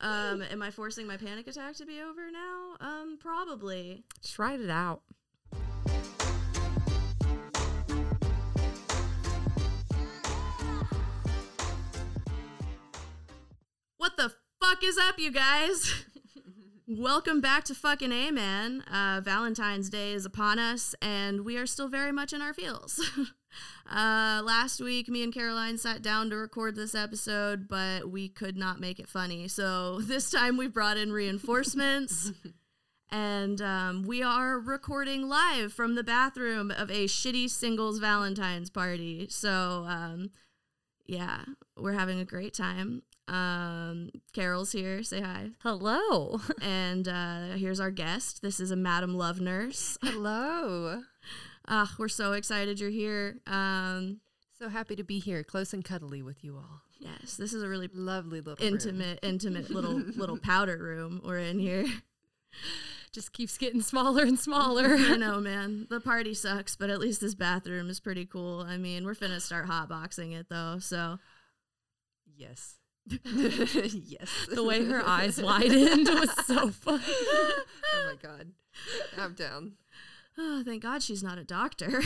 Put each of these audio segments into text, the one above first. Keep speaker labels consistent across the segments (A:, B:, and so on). A: Um, am I forcing my panic attack to be over now? Um, probably.
B: Just write it out.
A: What the fuck is up, you guys? Welcome back to fucking Amen. Uh, Valentine's Day is upon us, and we are still very much in our feels. uh, last week, me and Caroline sat down to record this episode, but we could not make it funny. So this time we brought in reinforcements, and um, we are recording live from the bathroom of a shitty singles Valentine's party. So um, yeah, we're having a great time. Um, Carol's here. Say hi.
B: Hello.
A: And uh, here's our guest. This is a Madam Love Nurse.
C: Hello.
A: Ah, we're so excited you're here. Um,
C: So happy to be here, close and cuddly with you all.
A: yes, this is a really
C: Lovely little room.
A: intimate, intimate little little powder room we're in here.
B: Just keeps getting smaller and smaller.
A: I know, man. The party sucks, but at least this bathroom is pretty cool. I mean, we're finna start hotboxing it though. So
C: Yes. yes.
B: the way her eyes widened was so funny.
C: Oh my god. I'm down.
A: oh, thank God she's not a doctor.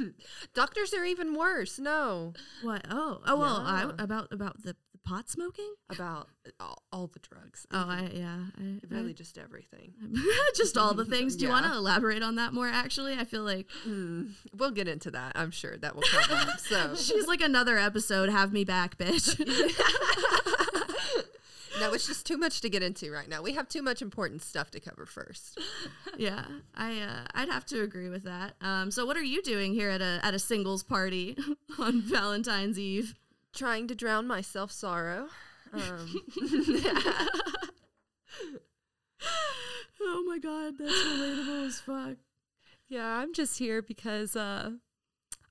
C: Doctors are even worse. No.
A: what? Oh, oh well.
C: Yeah.
A: I, about about the, the pot smoking.
C: About all, all the drugs. Um,
A: Oh, I yeah. I,
B: Mm-hmm.
A: I-
C: really just everything.
A: just all the things. Do you want to
C: Yeah.
A: elaborate on that more? Actually, I feel like
C: Mm, we'll get into that. I'm sure that will come up. So
A: she's like another episode. Have me back, bitch.
C: no, it's just too much to get into right now. We have too much important stuff to cover first.
A: yeah, I uh, I'd have to agree with that. Um, so what are you doing here at a at a singles party on Valentine's Eve?
C: Trying to drown my self sorrow. Um,
A: Oh my god, that's relatable as fuck.
B: Yeah, I'm just here because uh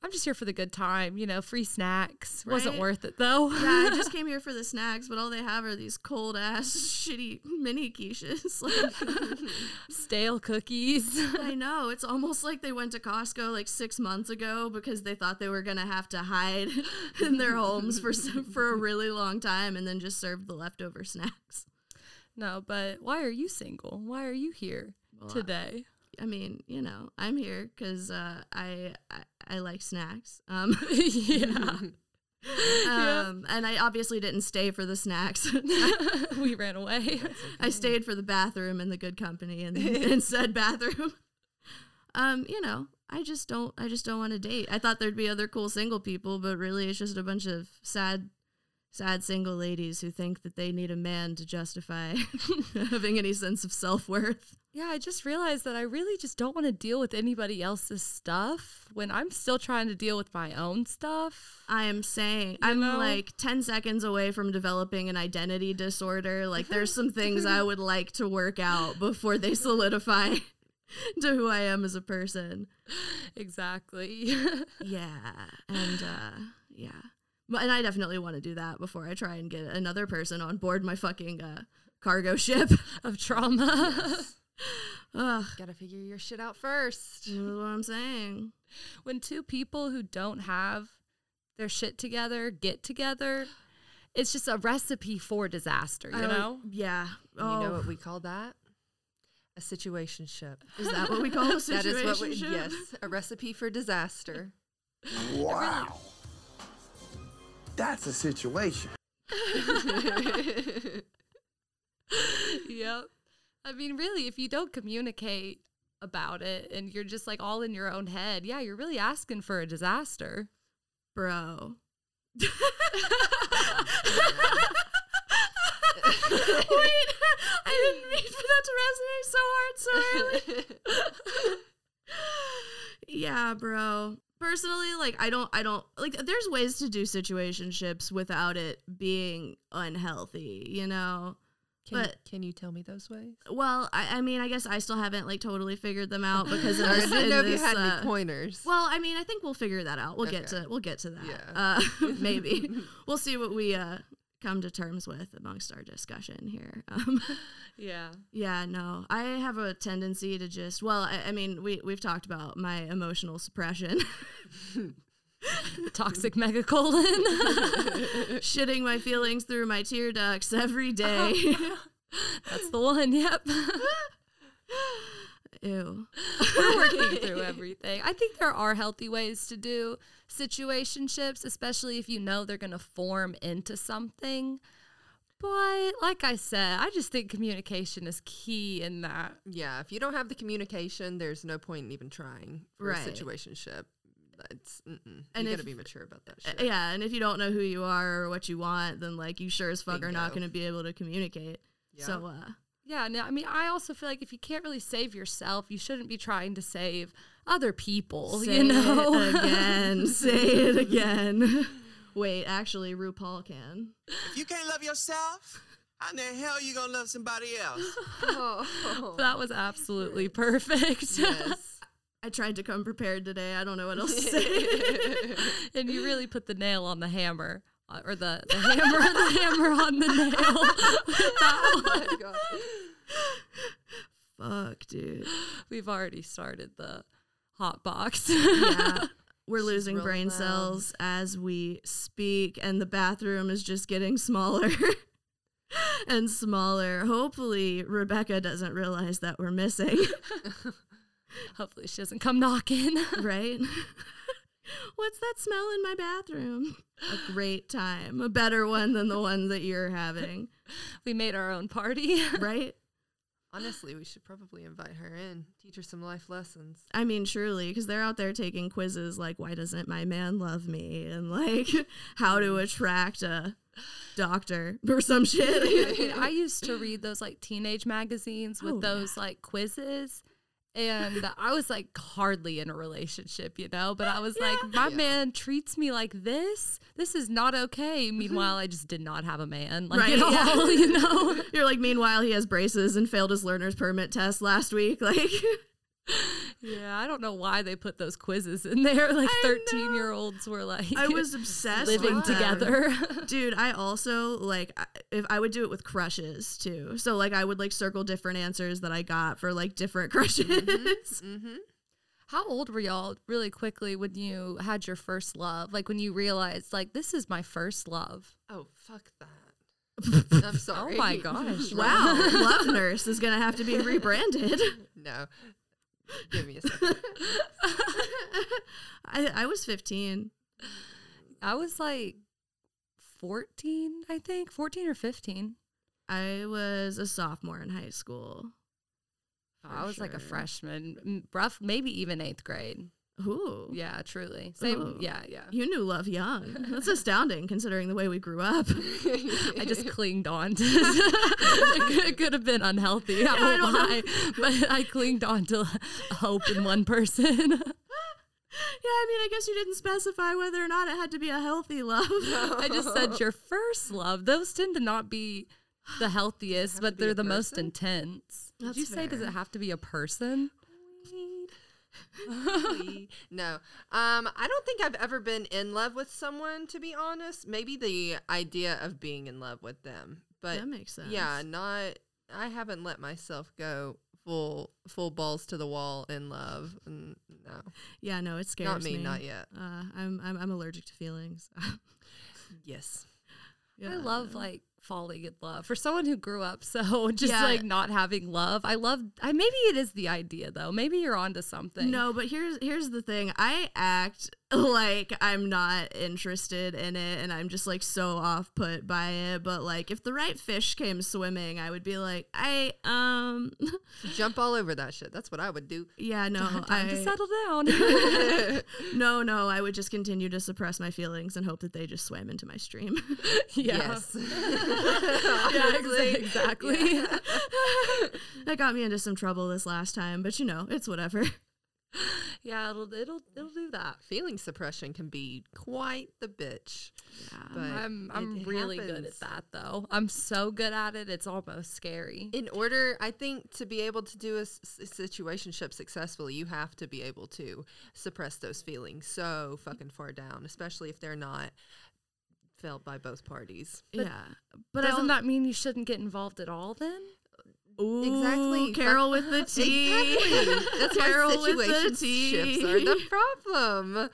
B: I'm just here for the good time, you know, free snacks. Wasn't
A: Right?
B: worth it though.
A: Yeah, I just came here for the snacks, but all they have are these cold ass shitty mini quiches. like,
B: Stale cookies.
A: I know. It's almost like they went to Costco like six months ago because they thought they were gonna have to hide in their homes for some, for a really long time, and then just served the leftover snacks.
B: no, but why are you single? Why are you here today?
A: I mean, you know, I'm here because uh, I, I I like snacks. Um,
B: yeah.
A: um, and I obviously didn't stay for the snacks.
B: we ran away.
A: I stayed for the bathroom and the good company and, and said bathroom. Um, you know, I just don't I just don't want to date. I thought there'd be other cool single people, but really it's just a bunch of sad sad single ladies who think that they need a man to justify having any sense of self-worth.
B: Yeah, I just realized that I really just don't want to deal with anybody else's stuff when I'm still trying to deal with my own stuff.
A: I am saying I'm
B: know?
A: like 10 seconds away from developing an identity disorder. Like there's some things I would like to work out before they solidify to who I am as a person.
B: Exactly.
A: yeah and uh yeah But- and i definitely want to do that before i try and get another person on board my fucking uh cargo ship
B: of trauma.
A: Ugh,
C: Gotta figure your shit out first.
A: that's what i'm saying
B: when two people who don't have their shit together get together, it's just a recipe for disaster, you
A: I like-
B: know?
A: yeah oh
C: You know what we call that? A situationship.
A: is that what we call a situation
C: That is what we yes, a recipe for disaster.
D: Wow. That's a situation.
B: yep. I mean, really, if you don't communicate about it and you're just like all in your own head, yeah, you're really asking for a disaster.
A: bro
B: Wait, I didn't mean for that to resonate so hard so early.
A: yeah bro personally like i don't i don't like there's ways to do situationships without it being unhealthy you know
C: Can, you-
A: But-
C: can you tell me those ways?
A: Well, I, I mean, I guess I still haven't like totally figured them out because in
C: I
A: this- in
C: didn't know if you
A: this,
C: had
A: uh,
C: any pointers.
A: Well, I mean, I think we'll figure that out. We'll get
C: Okay.
A: to we'll get to that.
C: Yeah.
A: Uh, maybe we'll see what we uh, come to terms with amongst our discussion here. Um,
B: Yeah.
A: yeah, no, I have a tendency to just well, I, I mean, we we've talked about my emotional suppression.
B: Toxic megacolon.
A: shitting my feelings through my tear ducts every day.
B: That's the one. Yep.
A: Ew.
B: We're working through everything. I think there are healthy ways to do situationships, especially if you know they're going to form into something. But like I said, I just think communication is key in that.
C: Yeah, if you don't have the communication, there's no point in even trying for
A: Right.
C: a situationship. It's mm-mm.
A: And
C: you gotta
A: if-
C: be mature about that
A: Uh,
C: shit.
A: Yeah, and if you don't know who you are or what you want, then like you sure as fuck are not
C: Bingo.
A: going to be able to communicate.
C: Yeah.
A: So uh
B: Yeah, no, I mean, I also feel like if you can't really save yourself, you shouldn't be trying to save other people,
A: say
B: you know?
A: it again, say it again. Wait, actually RuPaul can.
D: If you can't love yourself, how in the hell you gonna love somebody else?
C: Oh.
B: that was absolutely perfect.
C: yes.
A: I tried to come prepared today. I don't know what else to say.
B: and you really put the nail on the hammer uh, or the, the hammer the hammer on the nail That one.
C: My God.
A: fuck, dude.
B: we've already started the hot box
A: Yeah. We're losing
C: real
A: brain
C: loud.
A: cells as we speak, and the bathroom is just getting smaller and smaller. Hopefully, Rebecca doesn't realize that we're missing,
B: hopefully she doesn't come knocking
A: right? What's that smell in my bathroom? A great time, a better one than the one that you're having,
B: we made our own party
A: right?
C: Honestly, we should probably invite her in, teach her some life lessons.
A: I mean, surely, because they're out there taking quizzes like, why doesn't my man love me? And like, how to attract a doctor or some
B: I,
A: shit.
B: mean, I used to read those like teenage magazines with
A: Oh,
B: those like quizzes and I was like hardly in a relationship, you know, but I was like, my
C: Yeah.
B: man treats me like this. This is not okay. Meanwhile, I just did not have a man like at
A: Mm-hmm. Right, yeah.
B: all, you know?
A: You're like, meanwhile, he has braces and failed his learner's permit test last week. Like,
B: Yeah, I don't know why they put those quizzes in there. Like
A: I know.
B: thirteen year olds were like
A: I was obsessed
B: living
A: with them.
B: together.
A: Dude, I also like I- if I would do it with crushes too. So like I would like circle different answers that I got for like different crushes.
C: Mm-hmm.
B: How old were y'all really quickly when you had your first love? Like when you realized like this is my first love.
C: Oh, fuck that. I'm sorry.
B: Oh my gosh.
A: Wow, Love Nurse is gonna have to be rebranded.
C: no. Give me a second.
A: I, I was 15.
B: I was like fourteen, I think. Fourteen or fifteen.
A: I was a sophomore in high school.
B: I
A: For
B: was like a
A: sure.
B: freshman, m- rough, maybe even eighth grade.
A: Ooh,
B: Yeah, truly. Same.
A: Ooh.
B: Yeah, yeah.
A: you knew love young. That's astounding considering the way we grew up.
B: I just clinged on to it. could- It could have been unhealthy. I
A: I
B: won't
A: don't know.
B: lie. But I clinged on to hope in one person.
A: Yeah, I mean, I guess you didn't specify whether or not it had to be a healthy love.
B: I just said your first love. Those tend to not be the healthiest,
C: have to
B: but
C: be
B: they're
C: a
B: the most
C: person?
B: intense. Did you
A: That's
B: say does it
A: fair.
B: have to be a person?
C: no. Um, I don't think I've ever been in love with someone, to be honest. Maybe the idea of being in love with them. But
A: that makes sense.
C: yeah, not I haven't let myself go full full balls to the wall in love. N- No.
A: yeah, no, it scares
C: Not me, not yet.
A: Uh, I'm, I'm I'm allergic to feelings.
C: Yes.
A: Yeah.
B: I love like falling in love. For someone who grew up so just
A: Yeah.
B: like not having love, I love I maybe it is the idea though. Maybe you're onto something.
A: No, but here's here's the thing. I act like I'm not interested in it, and I'm just like so off put by it. But like, if the right fish came swimming, I would be like, I um,
C: Jump all over that shit. That's what I would do.
A: yeah, no,
B: Time
A: I
B: to settle down.
A: no, no, I would just continue to suppress my feelings and hope that they just swam into my stream.
C: Yes.
B: yeah, exa- exactly.
A: that got me into some trouble this last time, but you know, it's whatever.
B: Yeah, it'll it'll it'll do that.
C: Feeling suppression can be quite the bitch. But
B: I'm
C: it-
B: I'm
C: it
B: really good
C: happens.
B: at that though. I'm so good at it. It's almost scary.
C: In order, I think, to be able to do a s- s- situationship successfully, you have to be able to suppress those feelings so fucking far down, especially if they're not felt by both parties.
A: yeah, but
B: Doesn't
A: I'll-
B: that mean you shouldn't get involved at all then?
A: Ooh,
C: Exactly. Fuck-
A: Carol with the T.
C: That's why
A: Carol with the
C: situationships
A: tea.
C: are the problem.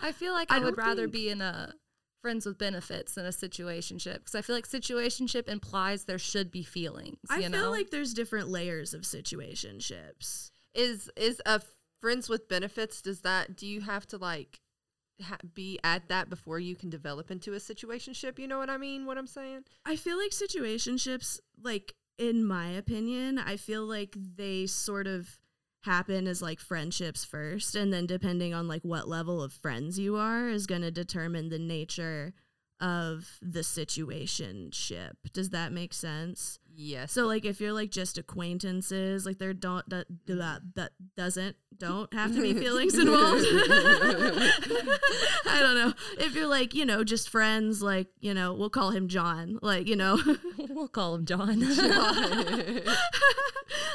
B: I feel like
A: I
B: I, would
A: don't
B: rather
A: think-
B: be in a friends with benefits than a situationship because I feel like situationship implies there should be feelings.
A: I
B: you
A: feel
B: know?
A: like there's different layers of situationships.
C: Is is a friends with benefits? Does that do you have to like ha- be at that before you can develop into a situationship? You know what I mean? What I'm saying?
A: I feel like situationships, like in my opinion, I feel like they sort of happen as like friendships first, and then depending on like what level of friends you are is going to determine the nature of the situationship. Does that make sense?
C: Yes.
A: So like if you're like just acquaintances, like there don't that that doesn't don't have to be feelings involved. I don't know. If you're like, you know, just friends like, you know, we'll call him John, like, you know,
B: we'll call him John.
A: like,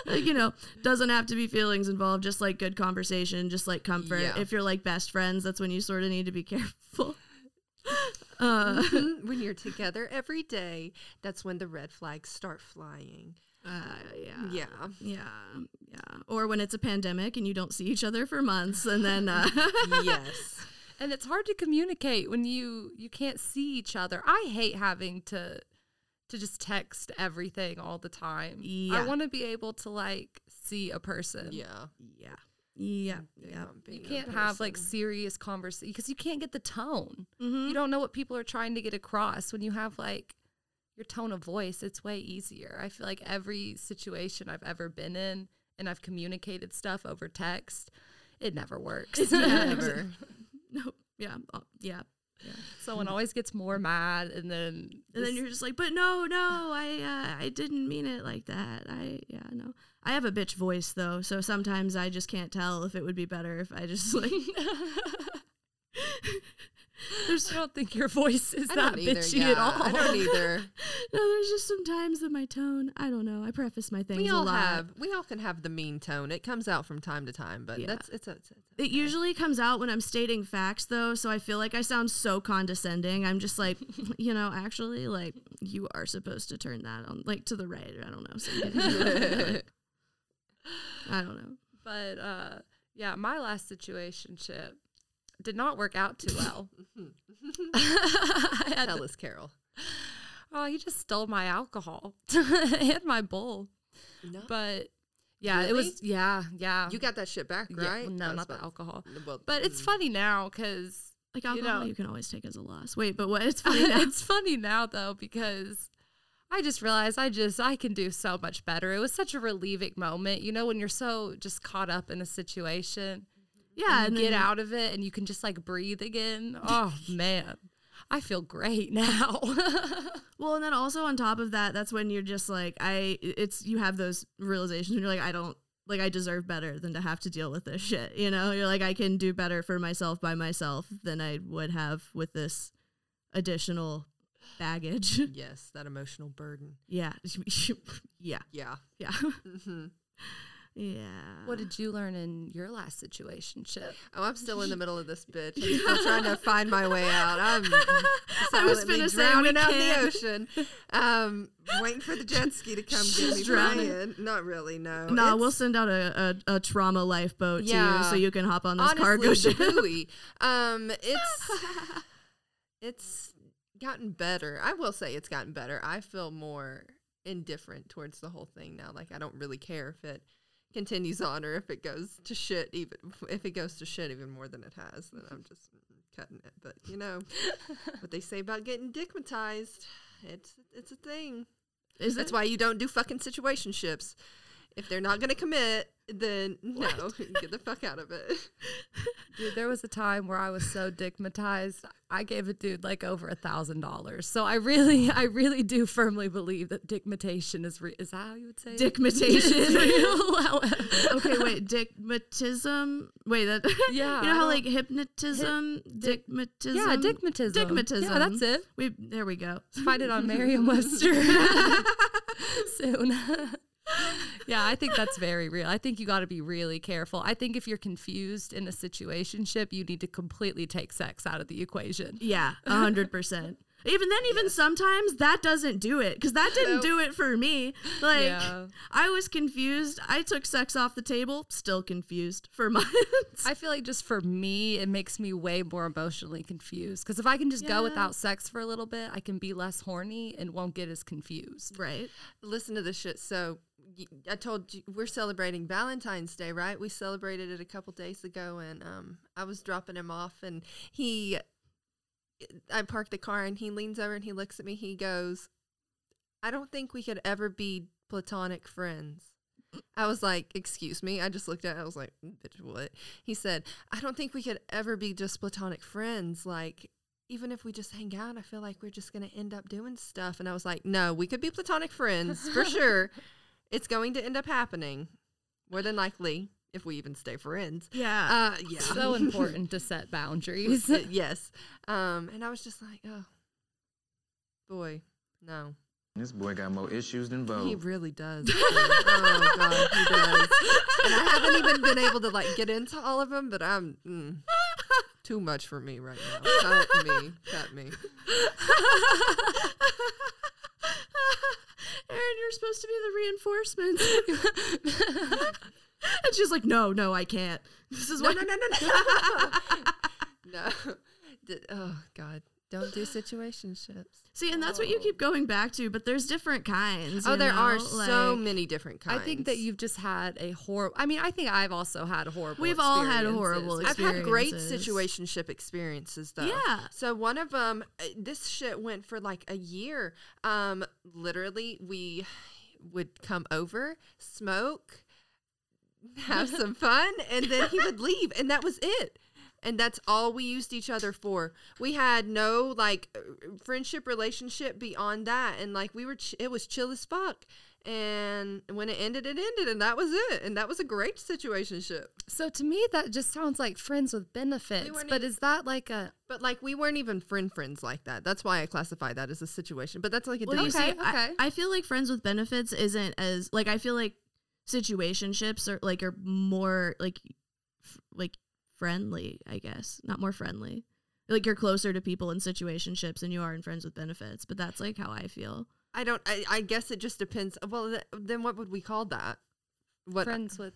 A: Uh, you know, doesn't have to be feelings involved, just like good conversation, just like comfort.
C: Yeah.
A: If you're like best friends, that's when you sort of need to be careful. Uh,
C: when you're together every day, that's when the red flags start flying.
A: uh, yeah.
C: Yeah.
A: Yeah, yeah. Or when it's a pandemic and you don't see each other for months, and then uh,
C: yes.
B: and it's hard to communicate when you you can't see each other. I hate having to to just text everything all the time.
A: Yeah.
B: I want to be able to like see a person.
C: Yeah.
A: yeah, yeah,
C: Big
A: yeah.
C: on
B: You
C: being a
B: can't have like
C: person.
B: serious conversation because you can't get the tone.
A: Mm-hmm.
B: You don't know what people are trying to get across. When you have like your tone of voice, it's way easier. I feel like every situation I've ever been in and I've communicated stuff over text, it never works.
C: Never.
A: No, yeah, uh, yeah.
B: Someone always gets more mad and then
A: And then
B: this-
A: you're just like, but no, no, I, uh, I didn't mean it like that. I, yeah, no. I have a bitch voice though, so sometimes I just can't tell if it would be better if I just like.
B: I don't think your voice is
C: I
B: that
C: don't either.
B: bitchy
C: yeah.
B: at all.
C: I don't either.
A: No, there's just some times that my tone. I don't know. I preface my things
C: we
A: a
C: all
A: lot.
C: have. We all can have the mean tone. It comes out from time to time, but
A: Yeah.
C: that's it's. a- it's, a-
A: It usually comes out when I'm stating facts, though, so I feel like I sound so condescending. I'm just like, you know, actually, like you are supposed to turn that on, like to the right, or I don't know. something. Like, I don't know.
B: But uh, yeah, my last situation ship did not work out too well. I had
C: tell us, Carol.
B: oh, he just stole my alcohol and my bowl.
C: No,
B: But yeah, it was yeah, yeah.
C: you got that shit back,
B: Yeah,
C: right?
B: no,
C: I was
B: not the
C: about-
B: alcohol.
C: Well,
B: But it's
C: mm.
B: funny now because
A: Like
B: You
A: alcohol, you,
B: know.
A: can always take as a loss. Wait, but what? It's funny. now.
B: it's funny now though because I just realized I just I can do so much better. It was such a relieving moment, you know, when you're so just caught up in a situation.
A: yeah,
B: and
A: and
B: you get
A: then-
B: out of it and you can just like breathe again. Oh man, I feel great now.
A: Well, and then also on top of that, that's when you're just like, I. It's you have those realizations, and you're like, I don't. Like I deserve better than to have to deal with this shit. You know, you're like I can do better for myself by myself than I would have with this additional baggage.
C: yes, that emotional burden.
A: Yeah. yeah.
C: Yeah.
A: Yeah.
C: hmm
A: Yeah.
B: what did you learn in your last situation, Chip?
C: Oh, I'm still in the middle of this bitch. I'm still trying to find my way out. I'm silently
A: gonna say, we
C: drowning out in the
A: can't-
C: ocean. Um, waiting for the jet ski to come get
A: She's
C: me.
A: drowning.
C: Brian. Not really. No.
A: No, nah,
C: It's-
A: we'll send out a, a, a trauma lifeboat to you
C: Yeah.
A: so you can hop on this
C: honestly,
A: cargo
C: the
A: ship.
C: buoy. Um, it's it's gotten better. I will say it's gotten better. I feel more indifferent towards the whole thing now. Like I don't really care if it continues on or if it goes to shit. Even if it goes to shit even more than it has, then I'm just cutting it. But you know what they say about getting digmatized. It's it's a thing.
A: Is
C: That's
A: it?
C: why you don't do fucking situationships. If they're not gonna commit, then no, get the fuck out of it.
B: Dude, there was a time where I was so digmatized. I gave a dude like over a thousand dollars. So I really, I really do firmly believe that digmatation is re- is that how you would say it? It's
A: Dickmatation.
B: real.
A: okay, wait. Dickmatism. Wait, that.
B: Yeah,
A: you know
B: I
A: how
B: don't-
A: like hypnotism, dickmatism.
B: yeah, digmatism.
A: Dickmatism.
B: Yeah, that's it.
A: We there we go.
B: Find it on Merriam-Webster soon. yeah, I think that's very real. I think you got to be really careful. I think if you're confused in a situationship, you need to completely take sex out of the equation.
A: Yeah, a hundred percent. Even then, even sometimes that doesn't do it because that didn't do it for me. Like
B: Yeah.
A: I was confused. I took sex off the table. Still confused for months.
B: I feel like just for me, it makes me way more emotionally confused. Because if I can just
A: Yeah.
B: go without sex for a little bit, I can be less horny and won't get as confused.
A: right.
C: Listen to this shit. So y- I told you we're celebrating Valentine's Day, right? We celebrated it a couple days ago, and um, I was dropping him off, and he, I parked the car, and he leans over and he looks at me. He goes, "I don't think we could ever be platonic friends." I was like, "Excuse me." I just looked at. It, I was like, "Bitch, what?" He said, "I don't think we could ever be just platonic friends." Like. Even if we just hang out, I feel like we're just going to end up doing stuff. And I was like, no, we could be platonic friends for sure. It's going to end up happening more than likely if we even stay friends.
A: Yeah.
C: Uh, yeah.
B: So important to set boundaries.
C: Uh, yes. Um, and I was just like, oh, boy, no.
E: This boy got more issues than Vogue.
C: He really does. dude. oh God, he does. And I haven't even been able to like get into all of them, but I'm mm, too much for me right now. Cut me, cut me.
A: Aaron, you're supposed to be the reinforcements. and she's like, no, no, I can't. This is
C: No,
A: what.
C: no, no, no, no. no. D- oh God, don't do situationships.
A: See, and that's what you
B: Oh.
A: keep going back to, but there's different kinds.
C: Oh,
A: you
C: there are
A: know?
C: so
A: Like,
C: many different
B: I
C: kinds.
B: think that you've just had a horrible. I mean, I think I've also had horrible.
A: We've all had
B: experiences.
A: horrible
B: I've
C: I've had great
A: experiences.
C: situationship experiences though.
A: Yeah.
C: So one of them, this shit went for like a year. Um, literally, we would come over, smoke, have some fun, and then he would leave, and that was it. And that's all we used each other for. We had no like uh, friendship relationship beyond that, and like we were, ch- it was chill as fuck. And when it ended, it ended, and that was it. And that was a great situationship.
B: So to me, that just sounds like friends with benefits.
C: weren't
B: but
C: even-
B: is that like a?
C: But like we weren't even friend friends like that. That's why I classify that as a situation. But that's like a
A: Well, you
C: different.
A: see,
B: Okay,
A: I-
B: okay.
A: I, feel like friends with benefits isn't as like I feel like situationships are like are more like f- like friendly, I guess, not more friendly. Like you're closer to people in situationships than you are in friends with benefits, but that's like how I feel.
C: I don't. I, I guess it just depends. Well, th- then what would we call that? What?
B: friends with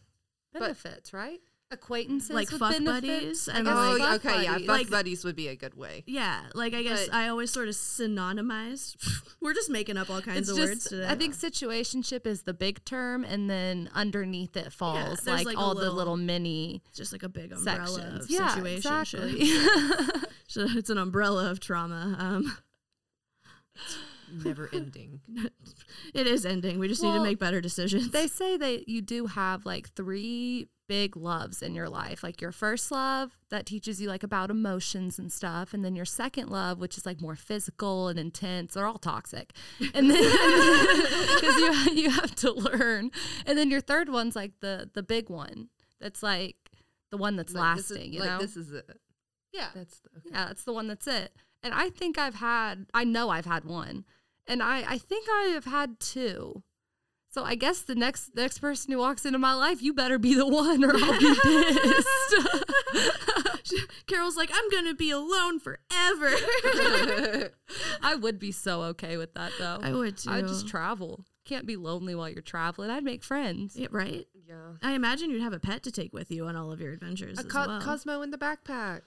B: benefits, right? Acquaintances,
A: Like
B: with
A: fuck
B: benefits?
A: buddies
B: I
A: and
B: guess
C: oh,
A: like-
C: yeah,
B: fuck
C: okay, yeah.
B: buddies.
C: Fuck
A: Like-
C: buddies would be a good way.
A: Yeah, like I guess
C: But-
A: I always sort of synonymize. We're just making up all kinds
B: It's
A: of
B: just,
A: words today.
B: I think situationship is the big term, and then underneath it falls
A: there's,
B: like,
A: like, a
B: all the
A: little
B: little mini
A: It's just like a big umbrella
B: sections.
A: of
B: Yeah,
A: situation.
B: exactly.
A: So it's an umbrella of trauma. Um,
C: Never ending.
A: it is ending. We just need to
B: Well,
A: make better decisions.
B: they say that you do have like three big loves in your life like your first love that teaches you like about emotions and stuff and then your second love which is like more physical and intense they're all toxic and then because you, you have to learn and then your third one's like the the big one that's like the one that's
C: Like, this is-
B: lasting you
C: like
B: know
C: this is it.
B: yeah
C: That's the, okay.
B: yeah, that's the one that's it. And I think I've had, I know I've had one. And I, I think I have had two. So I guess the next next person who walks into my life, you better be the one or I'll be pissed.
A: Carol's like, I'm gonna be alone forever.
B: I would be so okay with that though.
A: I would
B: I would just
A: too.
B: travel. Can't be lonely while you're traveling. I'd make friends.
A: yeah, right?
C: yeah.
A: I imagine you'd have a pet to take with you on all of your adventures.
C: A
A: as
C: co-
A: well.
C: Cosmo in the backpack.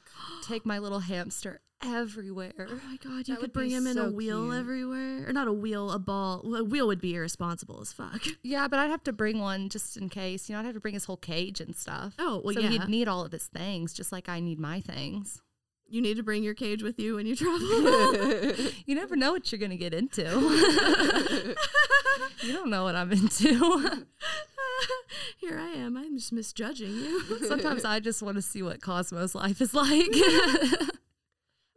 B: Take my little hamster everywhere.
A: oh my god, you
C: That would
A: could bring
C: be
A: him in a
C: so
A: wheel
C: cute.
A: everywhere. Or not a wheel, a ball. Well, A wheel would be irresponsible as fuck.
B: Yeah, but I'd have to bring one just in case. You know, I'd have to bring his whole cage and stuff.
A: Oh, well,
B: so
A: yeah.
B: he'd need all of his things, just like I need my things.
A: You need to bring your cage with you when you travel.
B: You never know what you're going to get into. you don't know what I'm into.
A: Here I am. I'm just misjudging you.
B: Sometimes I just want to see what Cosmo's life is like.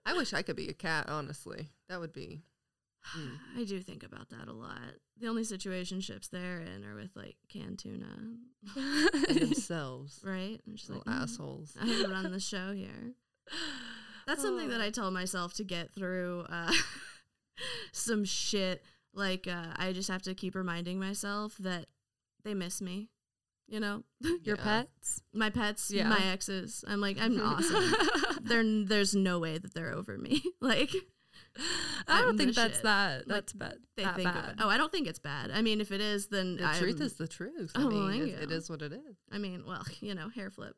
C: I wish I could be a cat. Honestly, that would be.
A: I do think about that a lot. The only situationships they're in are with like canned tuna,
C: in themselves.
A: right? I'm just like,
C: Little
A: "Mm,
C: assholes.
A: I run the show here. That's something that I tell myself to get through uh, some shit. Like uh, I just have to keep reminding myself that they miss me. You know,
B: Your
C: Yeah.
B: pets?
A: my pets,
B: Yeah.
A: my exes. I'm like, I'm awesome. There, there's no way that they're over me. Like,
B: I don't
A: Wouldn't
B: think
A: wish
B: that's
A: it. Like,
B: that. That's bad.
A: They
B: that
A: think of
B: bad.
A: it. Oh, I don't think it's bad. I mean, if it is, then
C: The
A: I
C: truth is the truth. I
A: Oh, well,
C: mean,
A: there
C: it,
A: you
C: it
A: go.
C: is what it is.
A: I mean, well, you know, hair flip.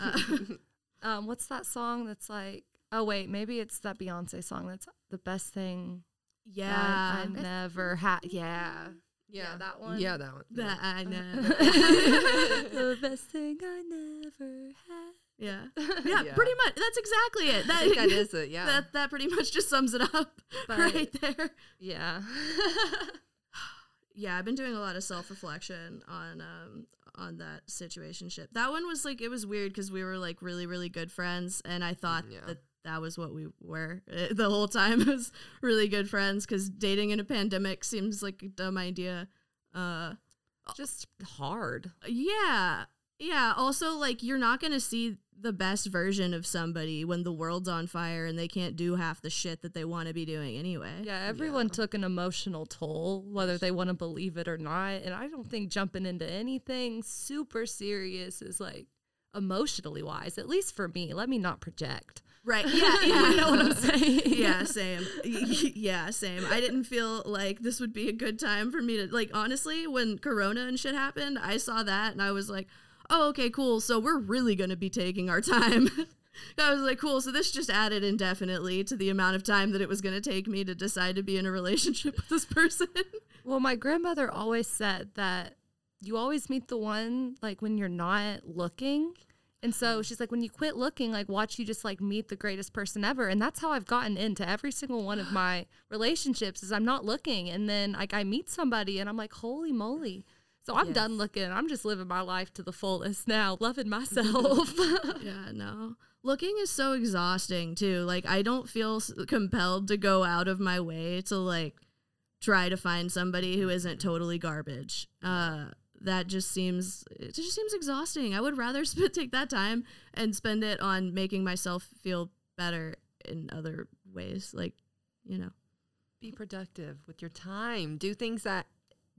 A: Uh,
B: um, what's that song that's like? Oh wait, maybe it's that Beyonce song. That's the best thing that
A: yeah,
B: I never had. Yeah,
C: yeah,
B: that one.
C: Yeah, that one.
A: um, that I know.
B: the best thing I never had.
A: yeah. yeah,
C: Yeah.
A: pretty much. That's exactly it.
C: I
A: That,
C: think that is it. Yeah.
A: that that pretty much just sums it up
B: But-
A: right there.
B: Yeah.
A: yeah, I've been doing a lot of self reflection on um on that situationship. That one was like it was weird because we were like really really good friends, and I thought
C: yeah.
A: that that was what we were eh, the whole time. It was really good friends because dating in a pandemic seems like a dumb idea. Uh,
B: Just hard.
A: yeah, yeah. Also, like you're not gonna see the best version of somebody when the world's on fire and they can't do half the shit that they want to be doing anyway.
B: Yeah, everyone took an emotional toll, whether they want to believe it or not. And I don't think jumping into anything super serious is like emotionally wise, at least for me. Let me not project.
A: Right. Yeah. Yeah.
B: You know what I'm saying?
A: yeah, same. yeah, same. I didn't feel like this would be a good time for me to like honestly when corona and shit happened, I saw that and I was like, "Oh, okay, cool. So we're really going to be taking our time." I was like, "Cool. So this just added indefinitely to the amount of time that it was going to take me to decide to be in a relationship with this person."
B: Well, my grandmother always said that you always meet the one like when you're not looking. And so she's like, when you quit looking, like, watch you just like meet the greatest person ever. And that's how I've gotten into every single one of my relationships is I'm not looking. And then like I meet somebody and I'm like, holy moly. So I'm done looking. I'm just living my life to the fullest now, loving myself.
A: yeah, no. Looking is so exhausting too. Like I don't feel s- compelled to go out of my way to like try to find somebody who isn't totally garbage. Uh that just seems it just seems exhausting. I would rather sp- take that time and spend it on making myself feel better in other ways like, you know.
C: Be productive with your time. Do things that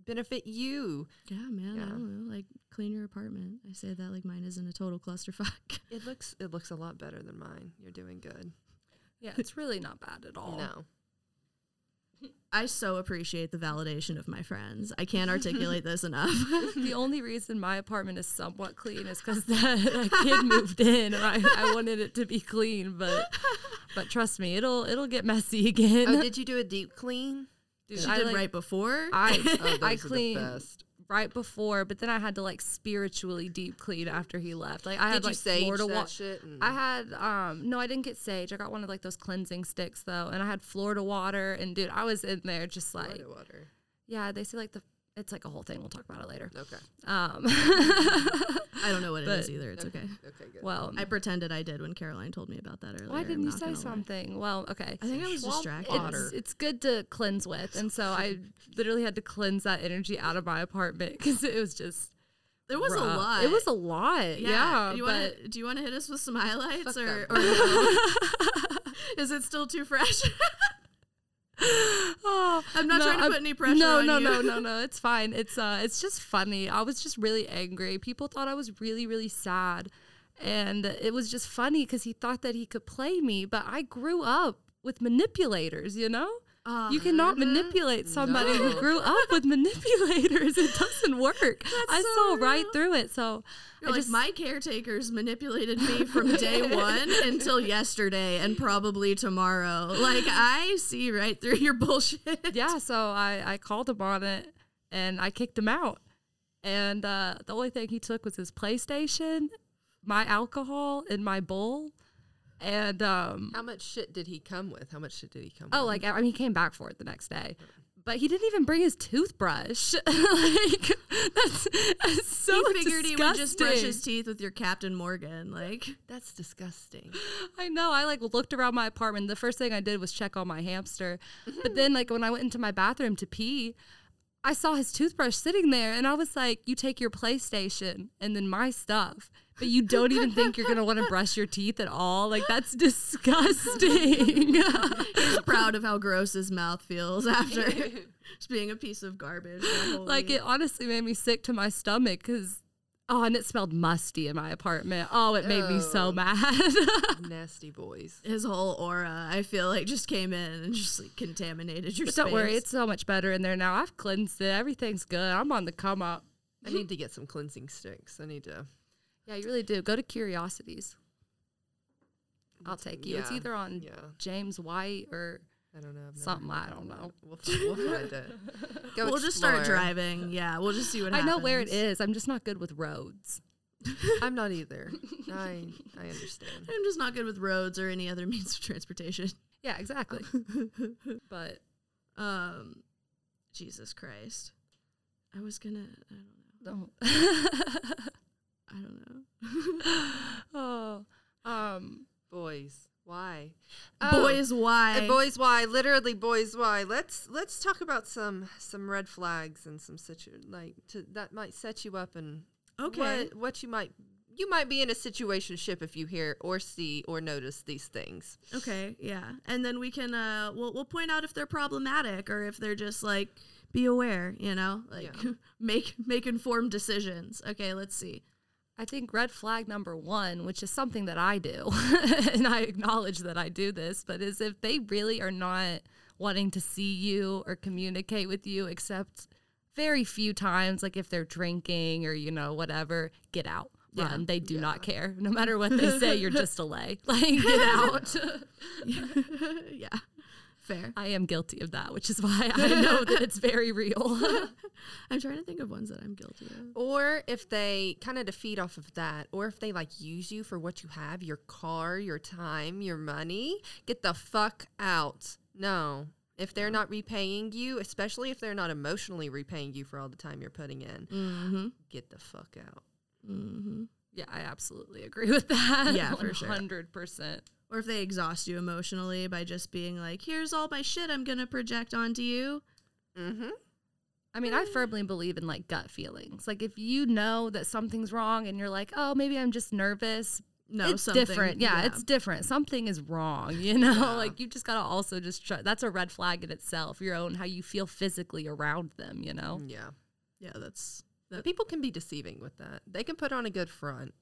C: benefit you.
A: Yeah, man. I
C: Yeah.
A: don't know. Like clean your apartment. I say that like mine isn't a total clusterfuck.
C: It looks it looks a lot better than mine. You're doing good.
B: yeah, it's really not bad at all.
C: No.
A: I so appreciate the validation of my friends. I can't articulate this enough.
B: The only reason my apartment is somewhat clean is because that a kid moved in and I, I wanted it to be clean, but but trust me, it'll it'll get messy again.
C: Oh, did you do a deep clean?
B: Dude,
A: she
B: I,
A: did
B: like,
A: right before.
B: I
C: Oh,
B: I
C: those are the
B: cleaned
C: best.
B: right before, but then I had to like spiritually deep clean after he left. Like I had
C: Did you
B: like
C: sage
B: floor to
C: that
B: wall.
C: shit? And
B: I had um no, I didn't get sage. I got one of like those cleansing sticks though, and I had Florida water. And dude, I was in there just like
C: Florida water.
B: yeah, they say like the it's like a whole thing. We'll talk about it later.
C: Okay.
B: Um,
A: I don't know what
B: But-
A: it is either. It's okay.
C: Okay. Good.
B: well,
A: I pretended I did when Caroline told me about that earlier.
B: Why
A: I'm
B: didn't you
A: not
B: say
A: gonna lie.
B: something? Well, okay.
A: I think I was
B: Well,
A: distracted.
B: It's, it's good to cleanse with. And so I literally had to cleanse that energy out of my apartment because it was just.
A: There was a
B: rough.
A: lot.
B: It was a lot. Yeah.
A: do, you
B: but
A: wanna, do you want to hit us with some highlights
C: Fuck
A: or,
C: them.
A: or no? is it still too fresh?
B: Oh,
A: I'm not trying to put any pressure
B: No,
A: on
B: no,
A: you.
B: no, no, no. It's fine. It's uh, it's just funny. I was just really angry. People thought I was really, really sad, and it was just funny because he thought that he could play me. But I grew up with manipulators. You know,
A: Uh,
B: you cannot manipulate somebody who
C: No.
B: grew up with manipulators. It doesn't work. I
A: so
B: saw right
A: real.
B: through it. So
A: You're
B: I
A: like,
B: just
A: my caretakers manipulated me from day one until yesterday and probably tomorrow. Like, I see right through your bullshit.
B: yeah. So I I called him on it and I kicked him out. And uh, the only thing he took was his PlayStation, my alcohol, and my bowl. And um,
C: How much shit did he come with? How much shit did he come
B: oh,
C: with?
B: like I mean, he came back for it the next day. But he didn't even bring his toothbrush. like that's, that's so
A: he figured
B: disgusting.
A: he would just brush his teeth with your Captain Morgan. Like,
C: That's disgusting.
B: I know. I like looked around my apartment. The first thing I did was check on my hamster. But then, like, when I went into my bathroom to pee, I saw his toothbrush sitting there and I was like, You take your PlayStation and then my stuff, but you don't even think you're going to want to brush your teeth at all. Like, that's disgusting.
A: he's proud of how gross his mouth feels after just being a piece of garbage. for a whole
B: like,
A: week.
B: it honestly made me sick to my stomach because Oh, and it smelled musty in my apartment. Oh, it made me so
C: Oh.
B: mad.
C: Nasty boys.
A: His whole aura, I feel like, just came in and just like, contaminated your
B: But
A: space.
B: don't worry, it's so much better in there now. I've cleansed it. Everything's good. I'm on the come up.
C: I need to get some cleansing sticks. I need to.
B: Yeah, you really do. Go to Curiosities. I'll take you. It's
C: yeah,
B: either on
C: yeah.
B: James White or
C: I don't know. I've never
B: something.
C: heard
B: I don't
C: of
B: know.
C: it. We'll, fi- we'll find it. Go
A: we'll just start
C: explore.
A: driving. Yeah, we'll just see what
B: I
A: happens.
B: know where it is. I'm just not good with roads.
C: I'm not either. I I understand.
A: I'm just not good with roads or any other means of transportation.
B: Yeah, exactly. but
A: Um, Jesus Christ. I was gonna. I don't know.
B: don't.
A: I don't know.
B: oh, um,
C: Boys, why?
B: Oh,
A: boys, why?
C: And boys, why? Literally, boys, why? Let's let's talk about some some red flags and some situ like to, that might set you up and
A: Okay.
C: what, what you might you might be in a situation ship if you hear or see or notice these things.
A: Okay, yeah, and then we can uh, we'll we'll point out if they're problematic or if they're just like be aware, you know, like
C: Yeah.
A: make make informed decisions. Okay, let's see.
B: I think red flag number one, which is something that I do, and I acknowledge that I do this, but is if they really are not wanting to see you or communicate with you, except very few times, like if they're drinking or, you know, whatever, get out. Run. They do not care. No matter what they say, you're just a lay. Like, get out.
A: yeah, fair.
B: I am guilty of that, which is why I know that it's very real.
A: I'm trying to think of ones that I'm guilty of.
C: Or if they kind of defeat off of that, or if they like use you for what you have, your car, your time, your money, get the fuck out. No. If they're not repaying you, especially if they're not emotionally repaying you for all the time you're putting in,
A: Mm-hmm.
C: get the fuck out.
A: Mm-hmm.
B: yeah, I absolutely agree with that.
A: Yeah, for sure.
B: 100%.
A: Or if they exhaust you emotionally by just being like, "Here's all my shit I'm gonna project onto you."
C: Mm-hmm.
B: I mean, I firmly believe in like gut feelings. Like if you know that something's wrong and you're like, oh, maybe I'm just nervous.
A: No,
B: it's
A: something.
B: different. Yeah, it's different. Something is wrong. You know, like you just gotta also just try. That's a red flag in itself. Your own how you feel physically around them. You know.
C: Yeah.
A: yeah, that's
C: But people can be deceiving with that. They can put on a good front.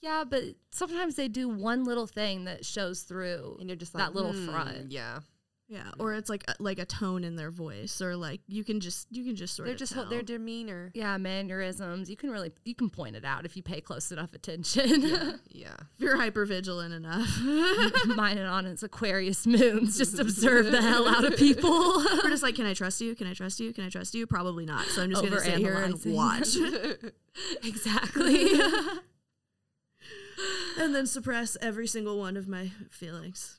B: Yeah, but sometimes they do one little thing that shows through,
C: And you're just like
B: that little
C: "Hmm,
B: front.
C: Yeah.
A: yeah. Or it's like a, like a tone in their voice, or like you can just you can just sort
C: They're
A: of
C: just
A: tell.
C: their demeanor.
B: Yeah, mannerisms. You can really you can point it out if you pay close enough attention.
A: if
C: Yeah.
A: you're hypervigilant enough.
B: Mine and on its Aquarius moons. Just observe the hell out of people.
A: We're just like, can I trust you? Can I trust you? Can I trust you? Probably not. So I'm just going to sit here and
B: Overanalyzing.
A: watch
B: exactly.
A: and then suppress every single one of my feelings.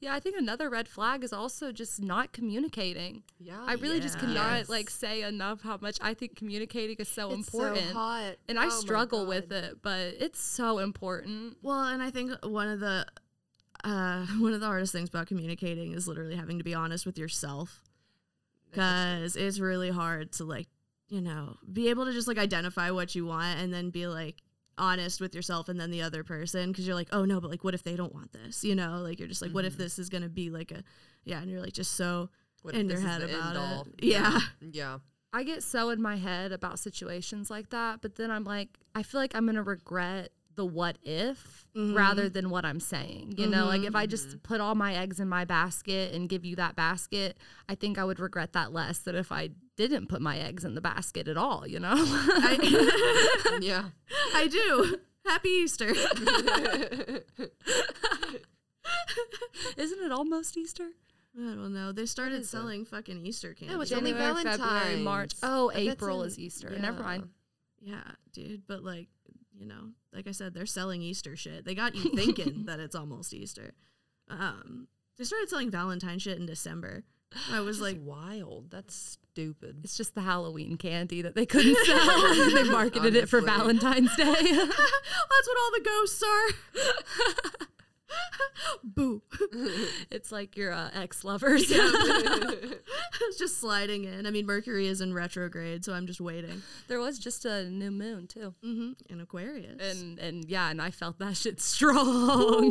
B: Yeah, I think another red flag is also just not communicating.
C: Yeah.
B: I really just cannot
C: Oh, Yes.
B: like say enough how much I think communicating is so
C: It's so
B: important.
C: hot.
B: And I
C: Oh my
B: struggle
C: God.
B: with it, but it's so important.
A: well, and I think one of the uh, one of the hardest things about communicating is literally having to be honest with yourself because it's really hard to like you know be able to just like identify what you want and then be like honest with yourself and then the other person because you're like oh no but like what if they don't want this you know like you're just like what if this is gonna be like a yeah and you're like just so
C: Mm-hmm. What if
A: in your
C: this is
A: head
C: the end
A: about
C: all?
A: it yeah
C: Yeah.
B: I get so in my head about situations like that, but then I'm like, I feel like I'm gonna regret the what if rather than what I'm saying. You know, like if I just put all my eggs in my basket and give you that basket, I think I would regret that less than if I didn't put my eggs in the basket at all, you know?
A: I,
C: yeah.
A: I do. Happy Easter.
B: Isn't it almost Easter?
A: I don't know. They started selling fucking Easter candy.
C: it's only
B: February, March.
C: Valentine's.
B: Oh,
C: But that's
B: April
C: in-
B: is Easter. Never
C: yeah.
B: mind.
A: yeah, dude. But like, you know, like I said, they're selling Easter shit. They got you thinking that it's almost Easter. Um, they started selling Valentine shit in December. I was like,
C: It's wild. That's stupid.
B: It's just the Halloween candy that they couldn't sell. they marketed it for
C: Honestly.
B: Valentine's Day.
A: that's what all the ghosts are. Boo.
B: it's like your uh, ex lovers.
A: it's just sliding in. I mean, Mercury is in retrograde, so I'm just waiting.
B: There was just a new moon too,
A: hmm In Aquarius.
B: and and yeah, and I felt that shit strong.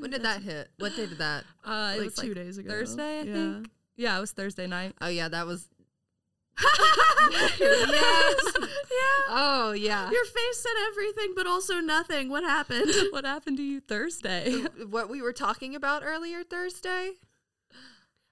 C: When did that hit? What day did that?
B: uh, it
A: Like
B: was
A: two days ago.
B: Thursday, I
A: Yeah.
B: think. Yeah, it was Thursday night.
C: Oh yeah, that was. yes. Yeah. Oh, Oh yeah.
A: Your face said everything, but also nothing. What happened?
B: what happened to you Thursday?
C: what we were talking about earlier Thursday?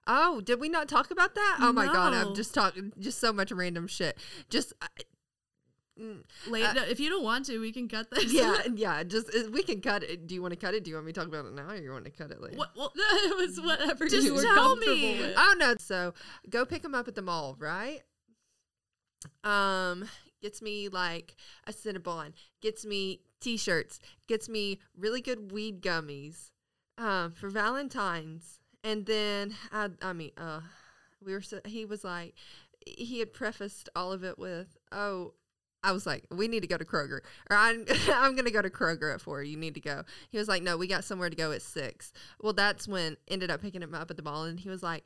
C: Oh, did we not talk about that? Oh my god,
A: No.
C: I'm just talking just so much random shit. Just uh, I- mm,
A: Late.
C: Uh,
A: no, if you don't want to, we can cut this.
C: yeah, yeah, just uh, we can cut it. Do you want to cut it? Do you want me to talk about it now or you want to cut it later?
A: What, well,
B: it was whatever
A: Just
B: you were
A: tell
B: comfortable
A: me.
B: with.
C: Oh no! So go pick him up at the mall, right? Um, gets me like a Cinnabon, gets me T-shirts, gets me really good weed gummies um, for Valentine's, and then I, I mean, uh, we were so, he was like he had prefaced all of it with oh. I was like, we need to go to Kroger, or I'm, I'm gonna go to Kroger at four. You need to go. He was like, no, we got somewhere to go at six. Well, that's when ended up picking him up at the mall, and he was like,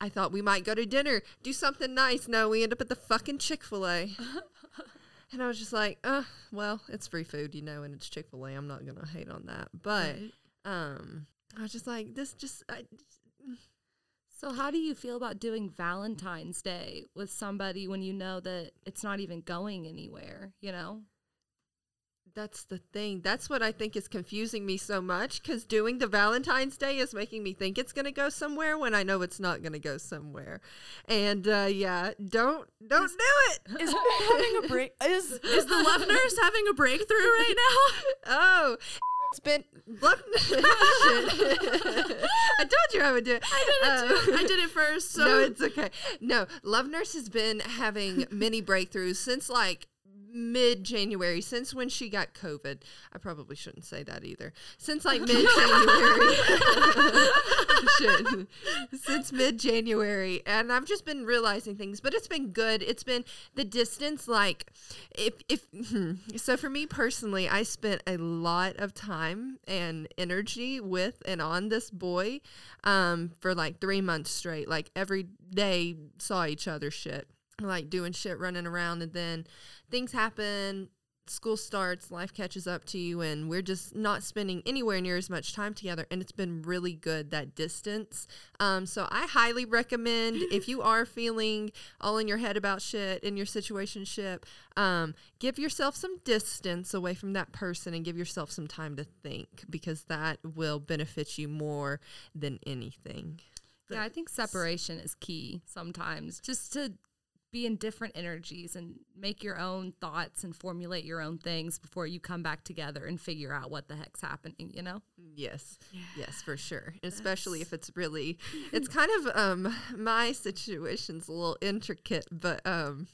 C: I thought we might go to dinner, do something nice. No, we end up at the fucking Chick Fil A. and I was just like, uh, well, it's free food, you know, and it's Chick Fil A. I'm not gonna hate on that, but um, I was just like, this just, I,
B: So, how do you feel about doing Valentine's Day with somebody when you know that it's not even going anywhere? You know,
C: That's the thing. That's what I think is confusing me so much because doing the Valentine's Day is making me think it's going to go somewhere when I know it's not going to go somewhere. And uh, yeah, don't don't do it.
F: Is having a break? Is
A: is the love nurse having a breakthrough right now?
C: Oh, it's been look. shit. I told you I would do it.
A: I did it too.
C: Um,
A: I did it first. So
C: no, it's okay. No, Love Nurse has been having many breakthroughs since like mid January, since when she got COVID. I probably shouldn't say that either. Since like mid January. since mid January. And I've just been realizing things, but it's been good. It's been the distance, like if if hmm, so for me personally, I spent a lot of time and energy with and on this boy um, for like three months straight. Like every day saw each other shit, like doing shit, running around, and then things happen. School starts, life catches up to you, and we're just not spending anywhere near as much time together. And it's been really good that distance. Um, so I highly recommend if you are feeling all in your head about shit in your situationship, um, give yourself some distance away from that person and give yourself some time to think because that will benefit you more than anything.
B: yeah, I think separation is key sometimes, just to be in different energies and make your own thoughts and formulate your own things before you come back together and figure out what the heck's happening. You know,
C: Yes. Yes, for sure. Especially if it's really it's kind of um my situation's a little intricate, but um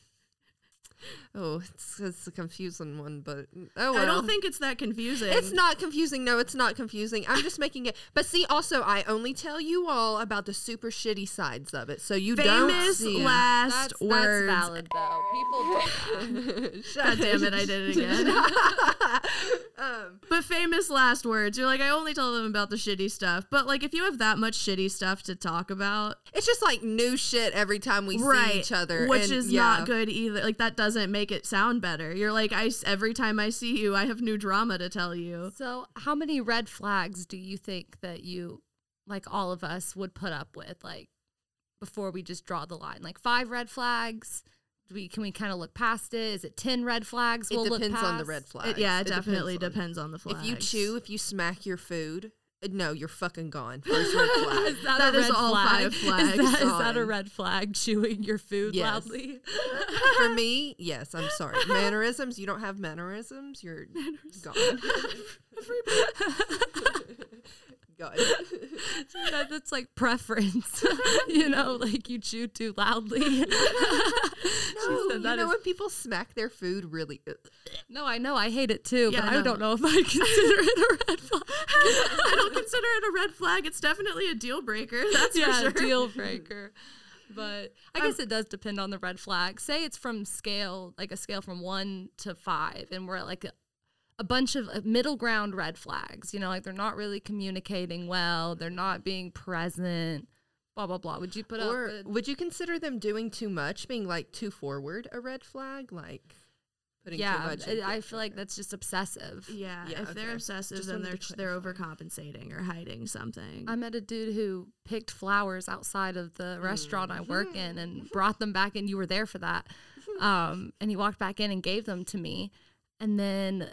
C: oh, it's, it's a confusing one, but oh well.
A: I don't think it's that confusing.
C: It's not confusing. No, it's not confusing. I'm just making it. But see, also, I only tell you all about the super shitty sides of it, so you don't
A: famous
C: see 'em.
A: last words.
B: that's valid though. People do that.
A: God damn it, I did it again. Um, but famous last words. You're like, I only tell them about the shitty stuff. But like, if you have that much shitty stuff to talk about,
C: It's just like new shit every time we see each other,
A: which
C: and-
A: is
C: yeah.
A: not good either. Like that doesn't make it sound better. You're like, I s- every time I see you, I have new drama to tell you.
B: So, how many red flags do you think that you, like all of us, would put up with, like before we just draw the line? Like five red flags. Do we can we kind of look past it? Is it ten red flags?
C: It
B: we'll look
C: depends on the
B: past?
C: red flag.
A: It, yeah, it, definitely depends on, the flag.
C: If you chew, if you smack your food, uh, no, you're fucking gone. First red flag.
B: Is that,
A: That
B: a
A: is
B: red
A: all
B: flag?
A: five
B: Is
A: flags
B: that, is that a
C: on.
B: red flag? Chewing your food
C: Yes.
B: loudly.
C: For me, yes, I'm sorry. Mannerisms, you don't have mannerisms, you're gone. gone.
B: That- that's like preference. you know, like you chew too loudly.
C: No, you
B: that
C: know
B: is-
C: when people smack their food really uh,
B: no, I know. I hate it too,
A: Yeah,
B: but
A: no.
B: I don't know if I consider it a red flag.
A: I don't consider it a red flag. It's definitely a deal breaker. That's
B: yeah,
A: for sure.
B: deal breaker. But I guess it does depend on the red flag. Say it's from scale, like a scale from one to five, and we're at like a, a bunch of uh, middle ground red flags. You know, like they're not really communicating well, they're not being present, blah blah blah. Would you put
C: or
B: up? with-
C: would you consider them doing too much, being like too forward a red flag? Like putting too
B: yeah,
C: much
B: I-
C: into
B: I
C: each
B: feel like
C: other?
B: that's just obsessive.
A: Yeah,
C: Yeah,
A: if they're
C: okay.
A: obsessive,
C: Just
A: then
C: wanted
A: they're
C: to
A: they're
C: clarify.
A: overcompensating or hiding something.
B: I met a dude who picked flowers outside of the restaurant I work in and brought them back, and you were there for that. Um, and he walked back in and gave them to me. And then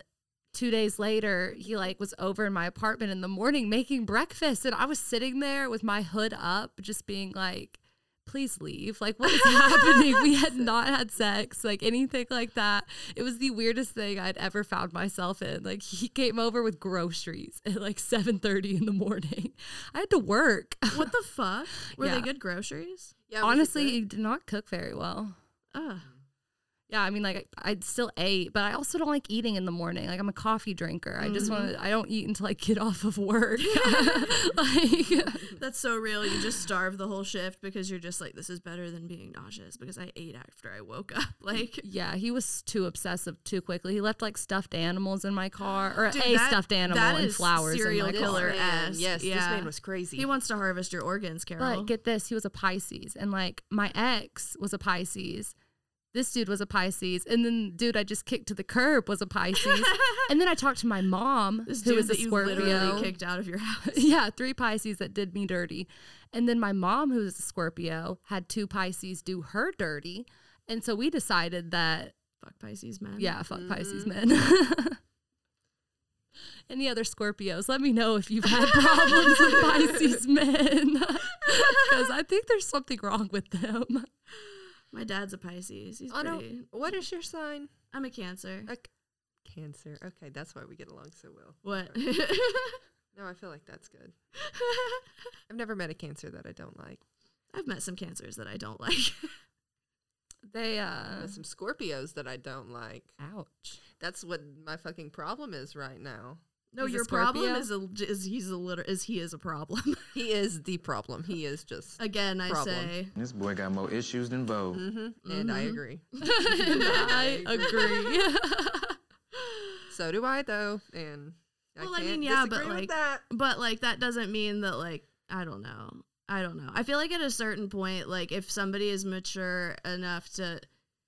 B: two days later, he like was over in my apartment in the morning making breakfast. And I was sitting there with my hood up, just being like, please leave. Like, what is happening? We had not had sex, like anything like that. It was the weirdest thing I'd ever found myself in. Like, he came over with groceries at like 7.30 in the morning. I had to work.
A: What the fuck? Were
B: Yeah.
A: they good groceries?
C: Yeah, was it
B: Honestly,
C: good?
B: he did not cook very well.
A: Ugh.
B: Mm-hmm. Yeah, I mean, like I, I still ate, but I also don't like eating in the morning. Like I'm a coffee drinker. I just want to. I don't eat until I get off of work. like,
A: That's so real. You just starve the whole shift because you're just like, this is better than being nauseous because I ate after I woke up. Like,
B: yeah, he was too obsessive too quickly. He left like stuffed animals in my car, or
A: Dude,
B: a
A: that-
B: stuffed animal
A: that
B: and
A: is
B: flowers in
A: serial
B: my
C: This
A: killer
B: car.
C: man,
A: ass.
C: Yes, this
A: Yeah.
C: man was crazy.
A: he wants to harvest your organs, Carol.
B: But get this, he was a Pisces, and like my ex was a Pisces. This dude was a Pisces, and then the dude I just kicked to the curb was a Pisces, and then I talked to my mom,
A: this
B: who
A: dude
B: was a
A: that you
B: Scorpio.
A: literally kicked out of your house.
B: yeah, three Pisces that did me dirty. And then my mom, who was a Scorpio, had two Pisces do her dirty. And so we decided that,
A: Fuck Pisces, man.
B: yeah, fuck Pisces men. Any other Scorpios, let me know if you've had problems with Pisces men. Because I think there's something wrong with them.
A: My dad's a Pisces. He's
B: Oh,
C: I
A: pretty.
C: don't, what is your sign?
A: I'm a Cancer.
C: A c- cancer. Okay, that's why we get along so well.
A: What?
C: No, I feel like that's good. I've never met a cancer that I don't like.
A: I've met some Cancers that I don't like.
B: They,
C: I've
B: uh,
C: met some Scorpios that I don't like.
B: ouch.
C: That's what my fucking problem is right now.
A: No,
B: He's a
A: your problem
B: Scorpio?
A: is a, is he's a liter- is he is a problem.
C: He is the problem. He is just.
A: Again, I
C: Problem.
A: say
E: This boy got more issues than Vogue.
A: Mm-hmm.
C: And I agree.
B: I agree.
C: So do I, though. And I
A: Well, I
C: can't
A: mean, yeah, but,
C: disagree with
A: like-
C: that.
A: but like that doesn't mean that like i don't know i don't know i feel like at a certain point like if somebody is mature enough to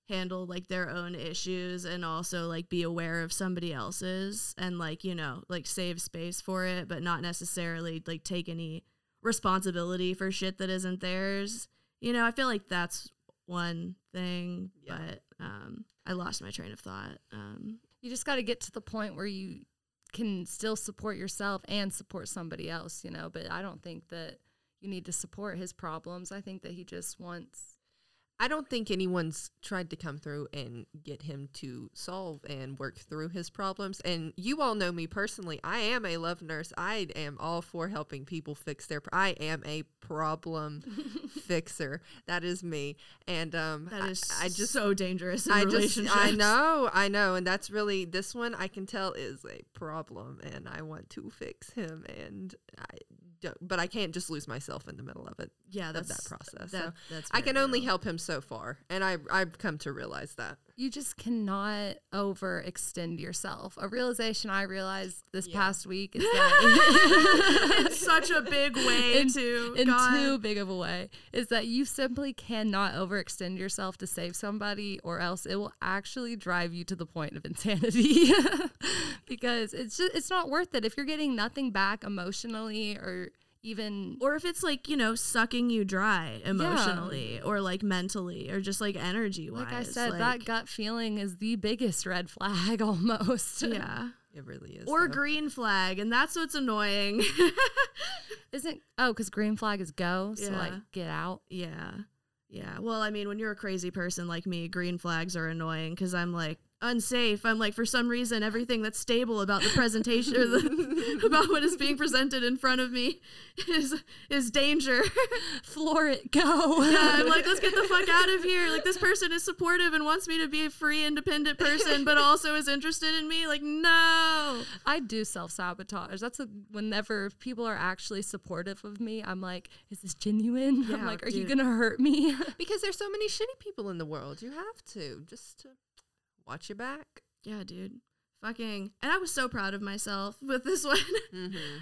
A: handle like their own issues and also like be aware of somebody else's and like you know like save space for it but not necessarily like take any responsibility for shit that isn't theirs you know i feel like that's one thing
C: Yeah.
A: but um i lost my train of thought um
B: you just got to get to the point where you can still support yourself and support somebody else, you know. But I don't think that you need to support his problems. I think that he just wants.
C: I don't think anyone's tried to come through and get him to solve and work through his problems. And you all know me personally. I am a love nurse. I am all for helping people fix their. Pro- I am a problem fixer. That is me. And um,
A: that is
C: I, I just
A: so dangerous in
C: I just
A: relationships
C: I know I know, and that's really this one I can tell is a problem, and I want to fix him, and I don't, but I can't just lose myself in the middle of it
A: yeah
C: of
A: that's
C: that
A: that-
C: process. so
A: that's
C: I
A: very
C: can only
A: real.
C: help him so far, and I I've come to realize that.
B: You just cannot overextend yourself. A realization I realized this
C: Yeah.
B: past week is that
A: in such a big way
B: In-
A: too.
B: in
A: God.
B: too big of a way is that you simply cannot overextend yourself to save somebody or else it will actually drive you to the point of insanity because it's just it's not worth it if you're getting nothing back emotionally or even
A: or if it's like you know sucking you dry emotionally or like mentally or just like energy wise
B: like I said that gut feeling is the biggest red flag almost
A: yeah
C: It really is.
A: or
C: though.
A: green flag and that's what's annoying
B: isn't oh cuz green flag is go so
A: Yeah.
B: like get out
A: yeah yeah well i mean when you're a crazy person like me green flags are annoying because i'm like unsafe i'm like for some reason everything that's stable about the presentation or the, about what is being presented in front of me is is danger
B: floor it go
A: Yeah, I'm like, let's get the fuck out of here. Like, this person is supportive and wants me to be a free, independent person, but also is interested in me. Like, no.
B: I do self sabotage. That's a, whenever people are actually supportive of me, I'm like, is this genuine? I'm
A: Yeah,
B: like, are you
A: dude.
B: going to hurt me?
C: because there's so many shitty people in the world. You have to just to watch your back.
A: Yeah, dude. Fucking. And I was so proud of myself with this one.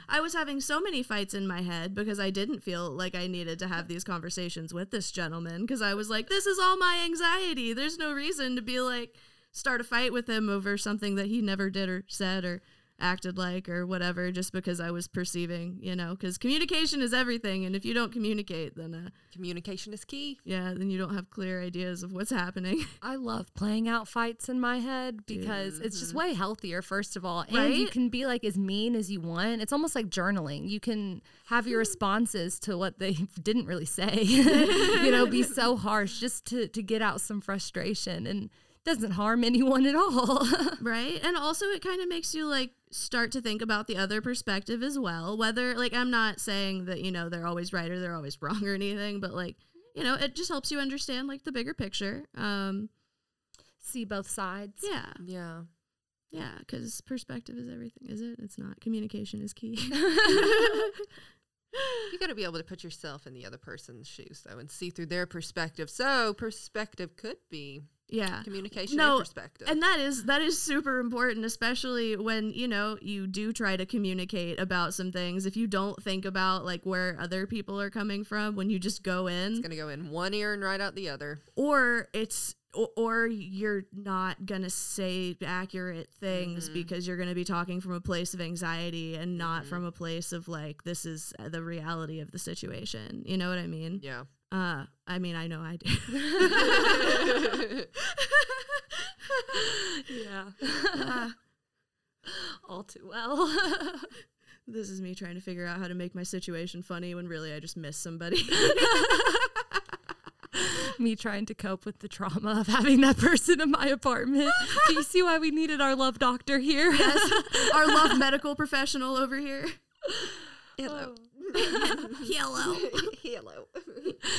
A: I was having so many fights in my head because I didn't feel like I needed to have these conversations with this gentleman because I was like, this is all my anxiety. There's no reason to be like, start a fight with him over something that he never did or said or acted like or whatever just because I was perceiving, you know, because communication is everything. And if you don't communicate, then uh,
C: Communication is key.
A: yeah, then you don't have clear ideas of what's happening.
B: I love playing out fights in my head because it's just way healthier, first of all. And you
A: Right?
B: can be like as mean as you want. It's almost like journaling. You can have your responses to what they didn't really say, you know, be so harsh just to, to get out some frustration and doesn't harm anyone at all.
A: Right. And also, it kind of makes you like start to think about the other perspective as well. Whether, like, I'm not saying that, you know, they're always right or they're always wrong or anything, but like, you know, it just helps you understand like the bigger picture. Um,
B: See both sides.
A: yeah.
C: Yeah.
A: Yeah. Cause perspective is everything, is it? It's not. Communication is key.
C: You got to be able to put yourself in the other person's shoes, though, and see through their perspective. So, perspective could be
A: yeah.
C: communication
A: No,
C: and perspective.
A: And that is that is super important, especially when you know you do try to communicate about some things. If you don't think about like where other people are coming from when you just go in,
C: it's going to go in one ear and right out the other.
A: or it's or, or you're not gonna say accurate things because you're gonna be talking from a place of anxiety and not from a place of like this is uh, the reality of the situation. You know what I mean?
C: Yeah.
A: Uh, I mean, I know I do.
B: Yeah.
A: Ah,
B: all too well.
A: this is me trying to figure out how to make my situation funny when really I just miss somebody.
B: me trying to cope with the trauma of having that person in my apartment. Do you see why we needed our love doctor here?
A: Our love medical professional over here.
C: Hello.
A: Hello.
C: Hello.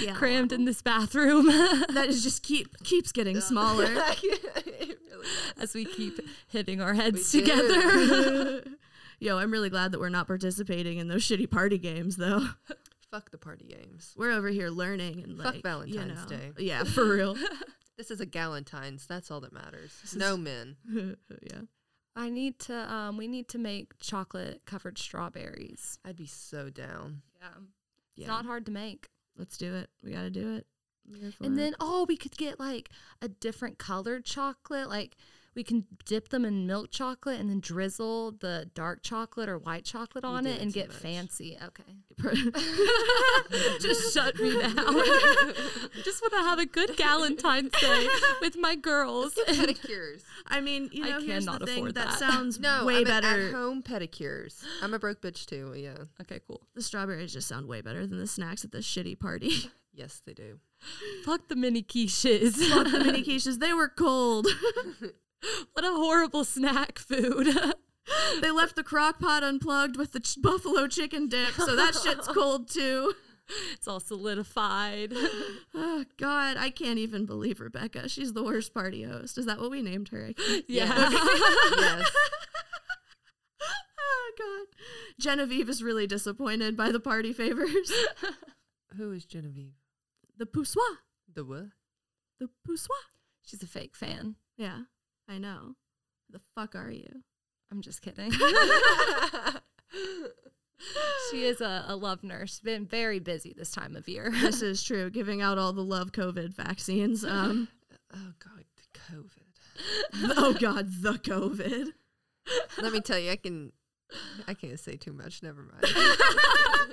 A: Yeah.
B: Crammed in this bathroom
A: That is just keep keeps getting smaller.
C: It really does.
B: as we keep hitting our heads
C: We do.
B: together.
A: Yo, I'm really glad that we're not participating in those shitty party games, though.
C: Fuck the party games.
A: We're over here learning and
C: Fuck
A: like you
C: Valentine's
A: know.
C: Day.
A: Yeah, for real.
C: This is a Galentine's. That's all that matters. No men.
A: yeah.
B: I need to. Um, we need to make chocolate covered strawberries.
C: I'd be so down.
B: Yeah,
A: Yeah.
B: it's not hard to make.
A: Let's do it. We gotta do it. I'm here for
B: And
A: it.
B: then oh, we could get like a different colored chocolate. Like we can dip them in milk chocolate and then drizzle the dark chocolate or white chocolate on
C: did
B: it
C: it
B: and
C: too
B: get
C: much.
B: fancy. Okay.
A: just shut me down.
B: just want to have a good Valentine's Day with my girls.
C: pedicures.
A: I mean, you
B: I
A: know, here's the
B: cannot
A: thing.
B: afford
A: That
B: that.
A: sounds
C: No,
A: way
C: I meant
A: better.
C: At home pedicures. I'm a broke bitch too. Yeah.
B: Okay, cool.
A: The strawberries just sound way better than the snacks at the shitty party.
C: Yes, they do.
B: Fuck the mini quiches.
A: Fuck the mini quiches. They were cold.
B: what a horrible snack food.
A: they left the crock pot unplugged with the ch- buffalo chicken dip, so that shit's cold too.
B: it's all solidified.
A: Oh God, I can't even believe Rebecca. She's the worst party host. Is that what we named her? I can't-
B: Yeah.
C: Yes.
A: oh God, Genevieve is really disappointed by the party favors.
C: Who is Genevieve?
A: the poussoir,
C: The what?
A: the poussoir.
B: She's a fake fan.
A: Yeah, I know. The fuck are you?
B: I'm just kidding. she is a, a love nurse. Been very busy this time of year.
A: This is true. Giving out all the love COVID vaccines. Um,
C: Oh God, the COVID.
A: oh God, the COVID.
C: Let me tell you, I can I can't say too much. Never mind. I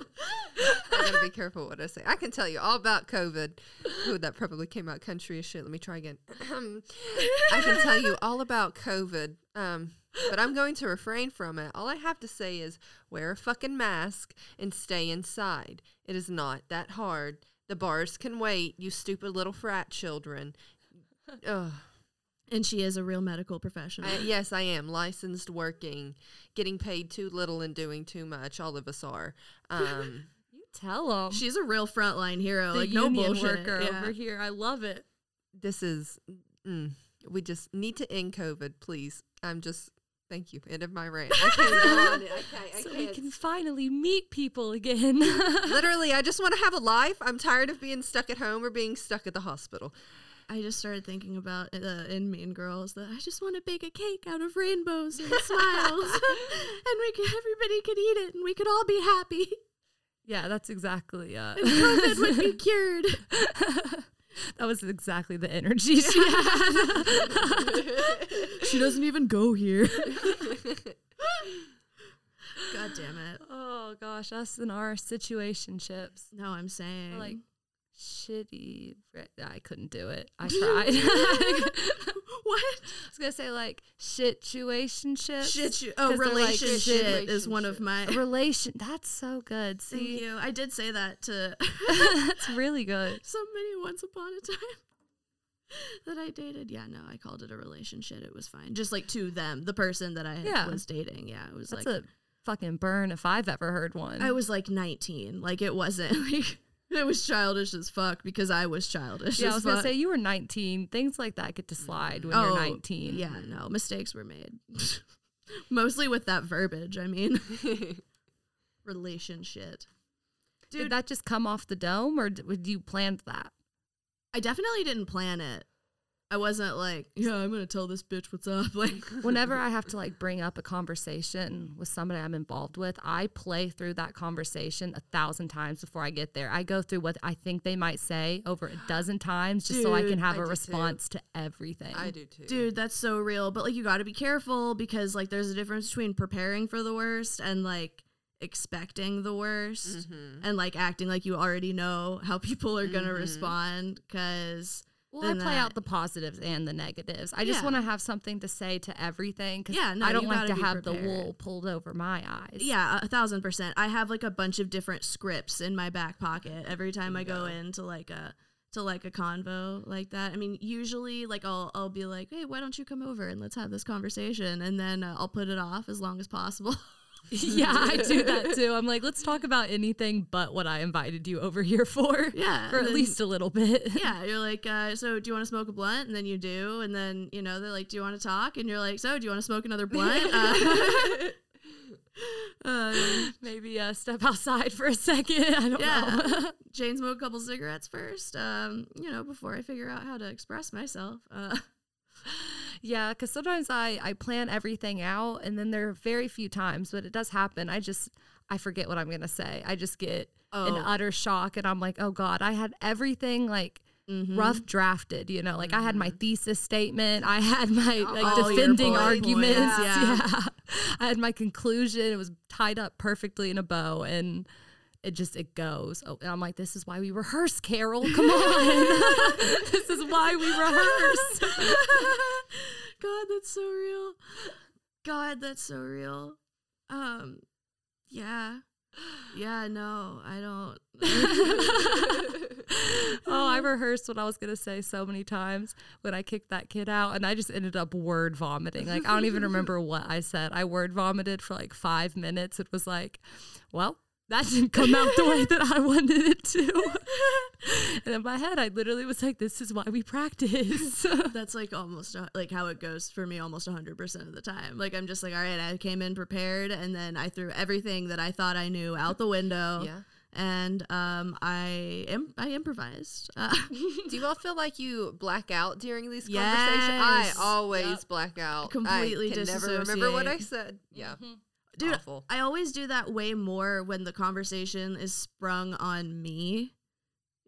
C: gotta be careful what I say. I can tell you all about COVID. Ooh, that probably came out country as shit. Let me try again. Um, I can tell you all about COVID. Um, but I'm going to refrain from it. All I have to say is wear a fucking mask and stay inside. It is not that hard. The bars can wait, you stupid little frat children. Ugh.
A: And she is a real medical professional.
C: I, yes, I am licensed, working, getting paid too little and doing too much. All of us are. Um,
B: You tell them.
A: She's a real frontline hero.
B: the
A: like no
B: union
A: bullshit.
B: worker
A: Yeah.
B: over here. I love it.
C: this is. Mm, we just need to end COVID, please. I'm just. Thank you. End of my rant. I can't go on. I can't. I
B: So we
C: can't.
B: can finally meet people again.
C: Literally, I just want to have a life. I'm tired of being stuck at home or being stuck at the hospital.
A: I just started thinking about uh, in Mean Girls that I just want to bake a cake out of rainbows and smiles, and we could, everybody could eat it, and we could all be happy.
B: yeah, that's exactly uh,
A: COVID would be cured.
B: That was exactly the energy she had.
A: She doesn't even go here. God damn it.
B: Oh gosh, us and our situationships.
A: No, I'm saying.
B: We're Like shitty. fri- I couldn't do it. I tried. I
A: what?
B: was gonna say like situationships.
A: Shit, you. Oh,
B: 'cause they're, like,
A: relationship is one of
C: relationship.
A: my.
B: Relation. That's so good. See,
A: Thank you. I did say that to
B: that's really good.
A: somebody once upon a time that I dated. Yeah, no, I called it a relationship. It was fine. Just like to them, the person that I
B: Yeah.
A: was dating. Yeah, it was
B: That's
A: like
B: a fucking burn if I've ever heard one.
A: I was like 19. Like it wasn't like it was childish as fuck because I was childish.
B: yeah,
A: as
B: I was gonna
A: fuck.
B: say you were 19. Things like that get to slide when
A: Oh,
B: you're 19.
A: Yeah, no, mistakes were made. Mostly with that verbiage. I mean, relationship.
B: Did that just come off the dome, or d- would you planned that?
A: I definitely didn't plan it. I wasn't like, yeah, I'm gonna tell this bitch what's up. Like,
B: Whenever I have to like bring up a conversation with somebody I'm involved with, I play through that conversation a thousand times before I get there. I go through what I think they might say over a dozen times just so I can
A: Dude,
B: have a
C: I do too.
B: response to everything.
C: I do too.
A: dude, that's so real. But like, you got to be careful because like, there's a difference between preparing for the worst and like expecting the worst
B: Mm-hmm.
A: and like acting like you already know how people are gonna respond. Because
B: Well, I
A: than
B: play
A: that.
B: out the positives and the negatives. I just
A: Yeah.
B: want to have something to say to everything because
A: Yeah, no,
B: I don't
A: you gotta
B: like to
A: be
B: have the
A: prepared.
B: wool pulled over my eyes.
A: yeah, a thousand percent. I have like a bunch of different scripts in my back pocket every time I go into like a to like a convo like that. I mean, usually like I'll I'll be like, hey, why don't you come over and let's have this conversation, and then uh, I'll put it off as long as possible.
B: yeah, I do that too. I'm like, let's talk about anything but what I invited you over here for.
A: Yeah,
B: For
A: and
B: at
A: then-
B: least a little bit.
A: yeah, you're like, uh, so do you want to smoke a blunt? And then you do, and then you know they're like, do you want to talk? And you're like, so do you want to smoke another blunt? Uh, um,
B: Maybe uh, step outside for a second. I don't
A: Yeah.
B: know.
A: Jane smoked a couple cigarettes first, um, you know, before I figure out how to express myself. Uh,
B: yeah, because sometimes I, I plan everything out and then there are very few times, but it does happen. I just, I forget what I'm going to say. I just get
A: Oh.
B: an utter shock and I'm like, oh God, I had everything like
A: Mm-hmm.
B: rough drafted, you know, like I had my thesis statement, I had my like
A: All your
B: defending
A: bullet
B: arguments.
A: points,
B: Yeah.
A: yeah.
B: I had my conclusion. It was tied up perfectly in a bow and it just it goes. Oh, and I'm like, this is why we rehearse, Carol. Come on. this is why we rehearse.
A: God, that's so real. God, that's so real. Um, yeah, yeah, no, I don't.
B: oh, I rehearsed what I was gonna say so many times when I kicked that kid out, and I just ended up word vomiting. Like I don't even remember what I said. I word vomited for like five minutes. It was like, well, that didn't come out the way that I wanted it to. and in my head, I literally was like, this is why we practice.
A: that's like almost a- like how it goes for me almost 100% of the time. Like I'm just like, all right, I came in prepared and then I threw everything that I thought I knew out the window.
C: Yeah.
A: And um, I Im- I improvised. Uh,
C: Do you all feel like you black out during these
A: Yes.
C: conversations? I always black out.
A: Completely
C: I can never remember what I said. Yeah.
A: Dude,
C: Mm-hmm. Awful.
A: I always do that way more when the conversation is sprung on me.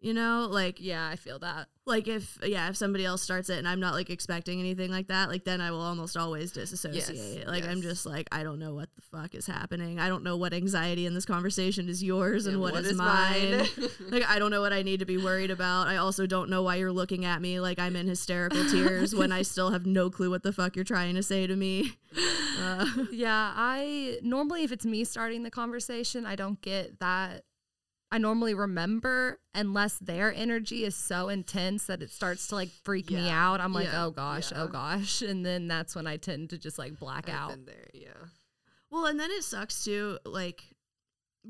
A: You know, like
B: yeah, I feel that.
A: like if yeah, if somebody else starts it and I'm not like expecting anything like that, like then I will almost always disassociate.
C: Yes,
A: like I'm
C: yes.
A: just like I don't know what the fuck is happening. I don't know what anxiety in this conversation is yours and, what is, mine. like I don't know what I need to be worried about. I also don't know why you're looking at me like I'm in hysterical tears when I still have no clue what the fuck you're trying to say to me. Uh,
B: Yeah, I normally if it's me starting the conversation, I don't get that. I normally remember unless their energy is so intense that it starts to like freak me
C: Yeah.
B: out. I'm like,
A: Yeah.
B: oh gosh, oh
C: Yeah.
B: gosh, and then that's when I tend to just like black
C: I've
B: out.
C: been there. Yeah.
A: Well, and then it sucks too, like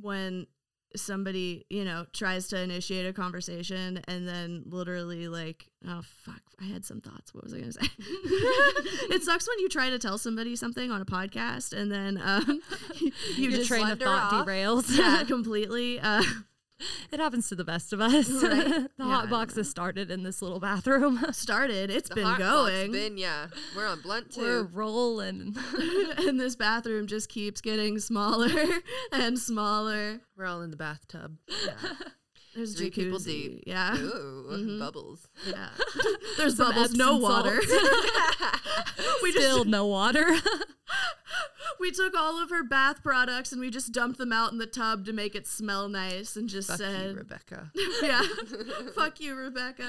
A: when somebody, you know, tries to initiate a conversation and then literally like, oh fuck, I had some thoughts. What was I gonna say? it sucks when you try to tell somebody something on a podcast and then um you,
B: Your
A: just
B: train of
A: wander
B: thought
A: off.
B: derails.
A: Yeah, completely. Uh,
B: it happens to the best of us.
A: Right.
B: the
A: Yeah, I
B: hot
A: don't
B: box has started in this little bathroom.
A: started. It's
C: The
A: been
C: hot box
A: going.
C: Been yeah. We're on blunt
B: We're
C: too.
B: rolling.
A: and this bathroom just keeps getting smaller and smaller.
C: We're, all in the bathtub.
A: There's a
C: Three people
A: jacuzzi.
C: deep.
A: Yeah.
C: Ooh,
A: Mm-hmm.
C: bubbles.
A: Yeah. There's bubbles, no
B: Epsom
A: water.
B: salts.
A: we just
B: Still no water.
A: we took all of her bath products and we just dumped them out in the tub to make it smell nice and just
C: Fuck you,
A: said,
C: Rebecca.
A: yeah, fuck you, Rebecca.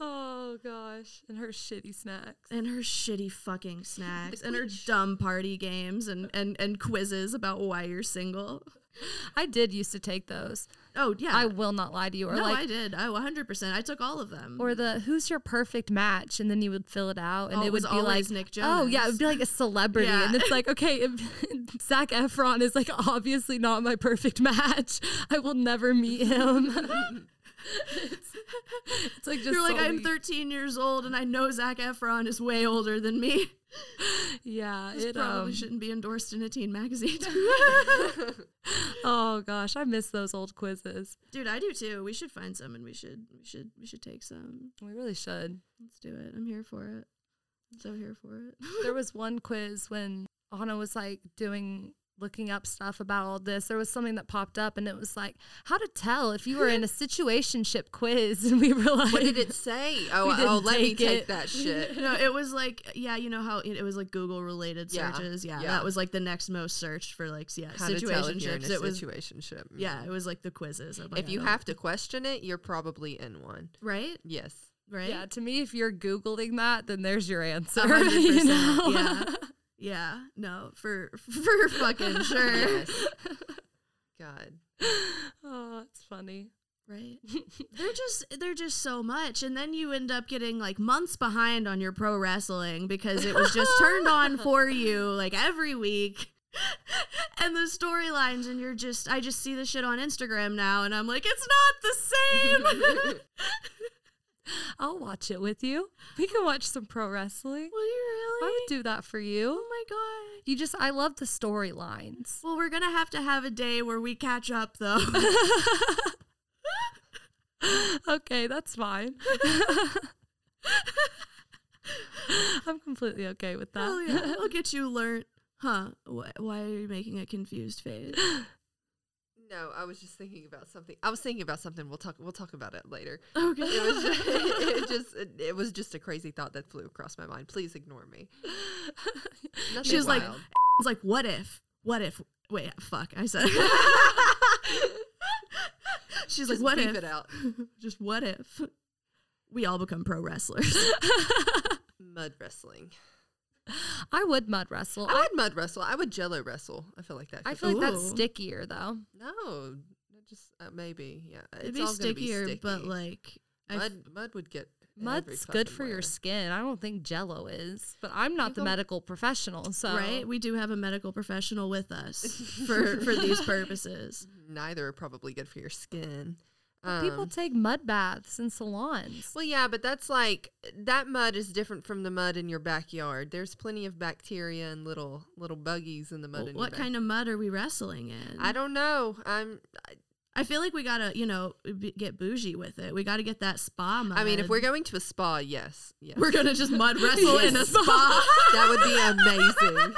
B: Oh gosh, and her shitty snacks.
A: And her shitty fucking snacks and her dumb party games and, and, and quizzes about why you're single.
B: I did used to take those.
A: Oh, yeah.
B: I will not lie to you. Or
A: no,
B: like,
A: I did. I 100%. I took all of them.
B: or the who's your perfect match, and then you would fill it out, and
A: Oh,
B: it,
A: it
B: would
A: was
B: be like
A: always Nick
B: Oh yeah, it
A: Jonas.
B: would be like a celebrity,
A: Yeah.
B: and it's like okay, if Zach Efron is like obviously not my perfect match. I will never meet him. it's, it's like just
A: You're like, I'm
B: solely-
A: 13 years old and I know Zach Efron is way older than me.
B: Yeah,
A: This
B: it,
A: probably
B: um,
A: shouldn't be endorsed in a teen magazine.
B: Oh gosh, I miss those old quizzes.
A: Dude, I do too. We should find some and we should we should we should take some.
B: We really should.
A: Let's do it. I'm here for it. I'm so here for it.
B: there was one quiz when Anna was like doing looking up stuff about all this. There was something that popped up and it was like how to tell if you were in a situationship quiz and we were like
C: What did it say? Oh,
B: didn't
C: oh let me
B: take
C: take
B: it.
C: that shit.
A: no, it was like yeah, you know how it, it was like Google related
C: Yeah,
A: searches. Yeah,
C: yeah.
A: that was like the next most searched for like yeah
C: How to tell if you're in
A: situationships.
C: a
A: It was
C: situationship.
A: yeah, it was like the quizzes. I'm like,
C: If
A: I
C: you
A: don't-
C: have to question it, you're probably in one.
A: right,
C: Yes.
A: right,
B: Yeah, to me if you're googling that then there's your answer.
A: A hundred
B: you
A: percent,
B: know?
A: yeah. yeah, no, for for fucking sure,
C: Yes. God.
B: oh, it's funny.
A: right. They're just they're just so much, and then you end up getting like months behind on your pro wrestling because it was just turned on for you like every week. And the storylines, and you're just, I just see this shit on Instagram now, and I'm like, it's not the same.
B: I'll watch it with you. We can watch some pro wrestling.
A: Will you really?
B: I would do that for you.
A: Oh my god.
B: You just I love the storylines.
A: Well, we're gonna have to have a day where we catch up, though.
B: okay, that's fine. I'm completely okay with that.
A: Hell yeah, I'll get you learnt. Huh? Wh- why are you making a confused face?
C: No, I was just thinking about something. I was thinking about something. We'll talk. We'll talk about it later.
A: Okay.
C: It was just. It, just it, was just a crazy thought that flew across my mind. Please ignore me. Nothing
A: She was like,
C: wild.
A: it's like, what if? What if? Wait, fuck. I said. She's
C: Just
A: like, what
C: beep
A: if?
C: it out.
A: Just what if? We all become pro wrestlers.
C: mud wrestling.
B: I would mud wrestle.
C: I
B: I,
C: would mud wrestle. I would jello wrestle. I feel like that.
B: I
C: could
B: feel
C: be-
B: like that's
A: Ooh.
B: stickier though.
C: no, that just uh, maybe. Yeah, it's
A: It'd be
C: all gonna
A: stickier,
C: be
A: but
C: sticky.
A: like, I f-
C: mud, mud would get. every
B: Mud's good
C: fucking
B: for your
C: where.
B: skin. I don't think Jello is, but I'm not the
C: go-
B: medical professional, so
A: right? We do have a medical professional with us for for these purposes.
C: Neither are probably good for your skin.
B: But people
C: Um,
B: take mud baths in salons.
C: Well, yeah, but that's like that mud is different from the mud in your backyard. There's plenty of bacteria and little little buggies in the mud.
A: Well,
C: in
A: what kind of mud are we wrestling in?
C: I don't know. I'm.
A: I feel like we gotta, you know, b- get bougie with it. We gotta get that spa mud.
C: I mean, if we're going to a spa, yes, yes,
A: we're gonna just mud wrestle in a spa
C: that would be amazing.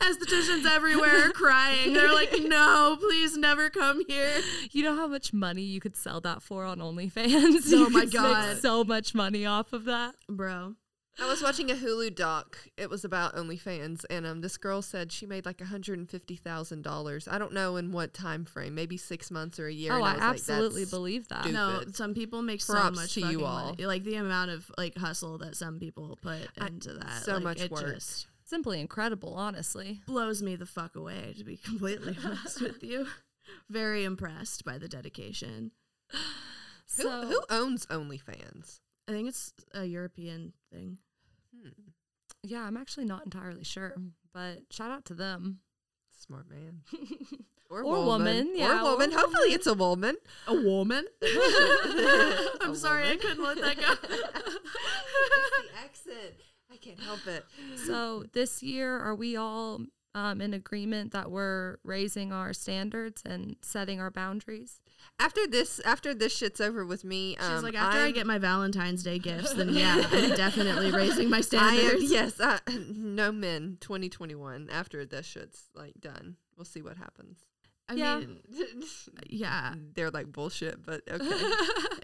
A: estheticians everywhere are crying. They're like, no, please never come here.
B: You know how much money you could sell that for on OnlyFans?
A: Oh
B: You
A: my
B: could make
A: God.
B: so much money off of that.
A: Bro.
C: I was watching a Hulu doc. It was about OnlyFans, and um, this girl said she made like hundred and fifty thousand dollars. I don't know in what time frame, maybe six months or a year.
B: Oh,
C: and
B: I,
C: was like,
B: absolutely
C: that's-
B: believe that.
C: stupid.
A: No, some people make so
C: Props
A: much
C: to you
A: fucking
C: all.
A: money. Like the amount of like hustle that some people put into that.
C: so
A: like,
C: much
A: it
C: work.
A: just
B: Simply incredible, honestly.
A: blows me the fuck away, to be completely honest with you. Very impressed by the dedication.
C: Who,
B: so,
C: who owns OnlyFans?
A: I think it's a European thing.
B: Yeah, I'm actually not entirely sure, but shout out to them.
C: Smart man. Or,
B: Or woman, yeah,
C: Or
B: or
C: woman. Hopefully it's a woman.
A: A woman? I'm
C: A
A: sorry, I
C: woman.
A: couldn't let that go.
C: the accent. I can't help it.
B: So this year, are we all um, in agreement that we're raising our standards and setting our boundaries?
C: After this after this shit's over with me, um,
A: She's like, after i
C: I'm-
A: get my Valentine's Day gifts, then yeah, I'm definitely raising my
C: I
A: standards.
C: am yes, uh, I, no men 2021 after this shit's like done. We'll see what happens.
A: I
B: Yeah.
A: mean, yeah,
C: They're like bullshit, but okay.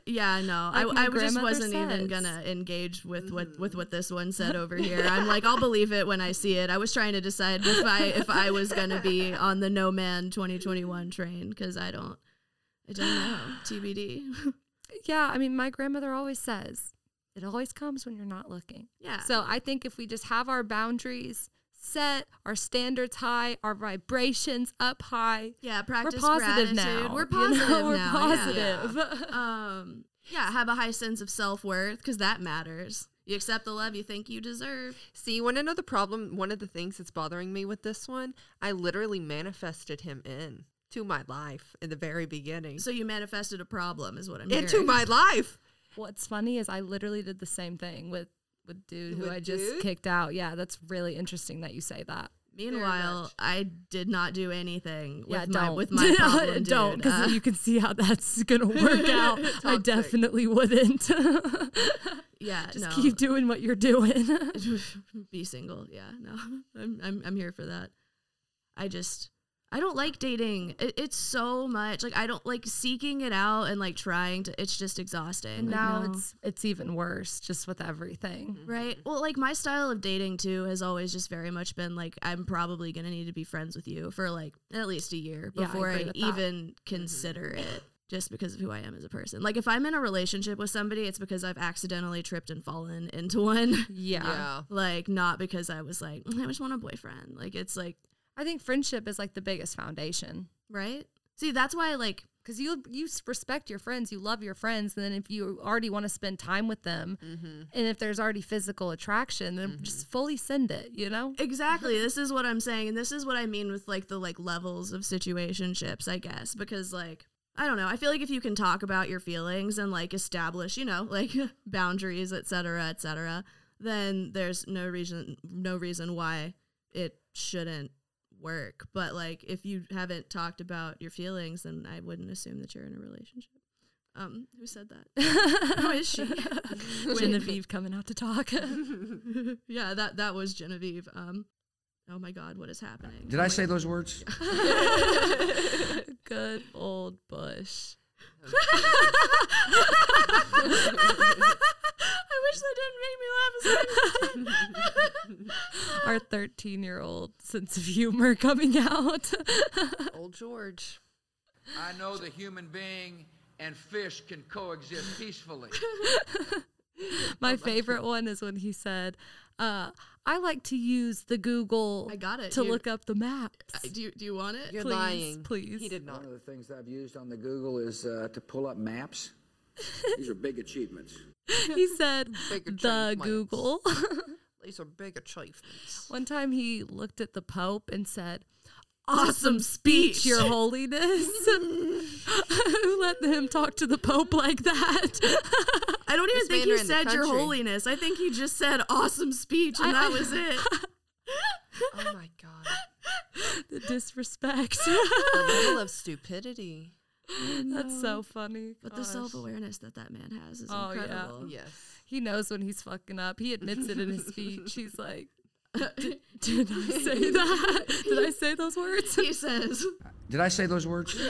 A: yeah. No, I,
B: Like my
A: I just
B: grandmother
A: wasn't even
B: says. Mm-hmm.
A: gonna engage with what with what this one said over here. I'm like, I'll believe it when I see it. I was trying to decide if I if I was gonna be on the No Man 2021 train because I don't, I don't know. TBD.
B: yeah, I mean, my grandmother always says it always comes when you're not looking.
A: yeah.
B: So I think if we just have our boundaries set, our standards high, our vibrations up high,
A: yeah, practice
B: we're positive
A: gratitude.
B: now.
A: We're
B: you know?
A: positive
B: we're
A: now, yeah.
B: positive.
A: um yeah have a high sense of self-worth because that matters you accept the love you think you deserve
C: See, you want to know the problem? One of the things that's bothering me with this one, I literally manifested him in to my life in the very beginning.
A: so you manifested a problem is what i'm
C: into
A: hearing.
C: my life.
B: What's funny is I literally did the same thing with with dude who
C: With
B: I just
C: dude?
B: kicked out. Yeah, that's really interesting that you say that.
A: meanwhile
C: much.
A: i did not do anything
B: yeah,
A: with my
B: don't
A: with my problem dude.
B: don't
A: Uh,
B: because you can see how that's gonna work out. I
C: Toxic.
B: definitely wouldn't.
A: yeah
B: just
A: no.
B: keep doing what you're doing.
A: be single yeah no I'm, I'm i'm here for that i just i don't like dating it, it's so much like i don't like seeking it out and like trying to it's just exhausting
B: and
A: Like,
B: now
A: no.
B: it's it's even worse, just with everything.
A: Right. Well, like my style of dating too has always just very much been like I'm probably gonna need to be friends with you for like at least a year
B: Yeah, I
A: before
B: agree
A: I,
B: with that. Mm-hmm.
A: even consider it. Just because of who I am as a person. Like if I'm in a relationship with somebody, it's because I've accidentally tripped and fallen into one.
B: Yeah.
C: Yeah.
A: like not because I was like, "Mm, I just want a boyfriend. Like it's like
B: I think friendship is like the biggest foundation
A: right. See, that's why like
B: because you you s- respect your friends, you love your friends, and then if you already want to spend time with them, and if there's already physical attraction, then just fully send it. You know,
A: Exactly. this is what I'm saying, and this is what I mean with like the like levels of situationships, I guess, because like I don't know. I feel like if you can talk about your feelings and like establish, you know, like boundaries, et cetera, et cetera, then there's no reason no reason why it shouldn't work. But like if you haven't talked about your feelings, then I wouldn't assume that you're in a relationship. Um, who said that? who is she?
B: Genevieve coming out to talk.
A: yeah, that that was Genevieve. Um, oh my God, what is happening?
E: Did I say those words?
B: Good old Bush.
A: I wish that didn't make me laugh as much.
B: Our 13 year old sense of humor coming out.
C: Old George.
G: I know the human being and fish can coexist peacefully.
A: Oh
B: My favorite one is when he said, uh, I like to use the Google
A: I got it,
B: to
A: you-
B: look up the maps.
A: do you do you want it?
C: You're
B: Please,
C: lying.
B: please.
C: He did not.
H: One of the things that I've used on the Google is uh, to pull up maps. These are big achievements.
B: He said,
C: Bigger
B: the
C: tree plants.
B: Google.
C: These are big achievements.
B: one time he looked at the Pope and said,
A: Awesome
B: Speech, Your Holiness. Who let him talk to the Pope like that?
A: I don't even
C: This
A: think
C: man
A: he
C: are in the
A: said your
C: country.
A: holiness. I think he just said awesome speech, and that was it.
C: oh my god.
B: the disrespect.
C: The level of stupidity.
B: That's so funny.
A: But the
B: Oh, Gosh.
A: self awareness that that man has is
B: Oh, yeah.
A: incredible.
C: Yes.
B: he knows when he's fucking up. He admits it in his speech. He's like, did, did I say that? Did I say those words?
A: He says,
E: Did I say those words?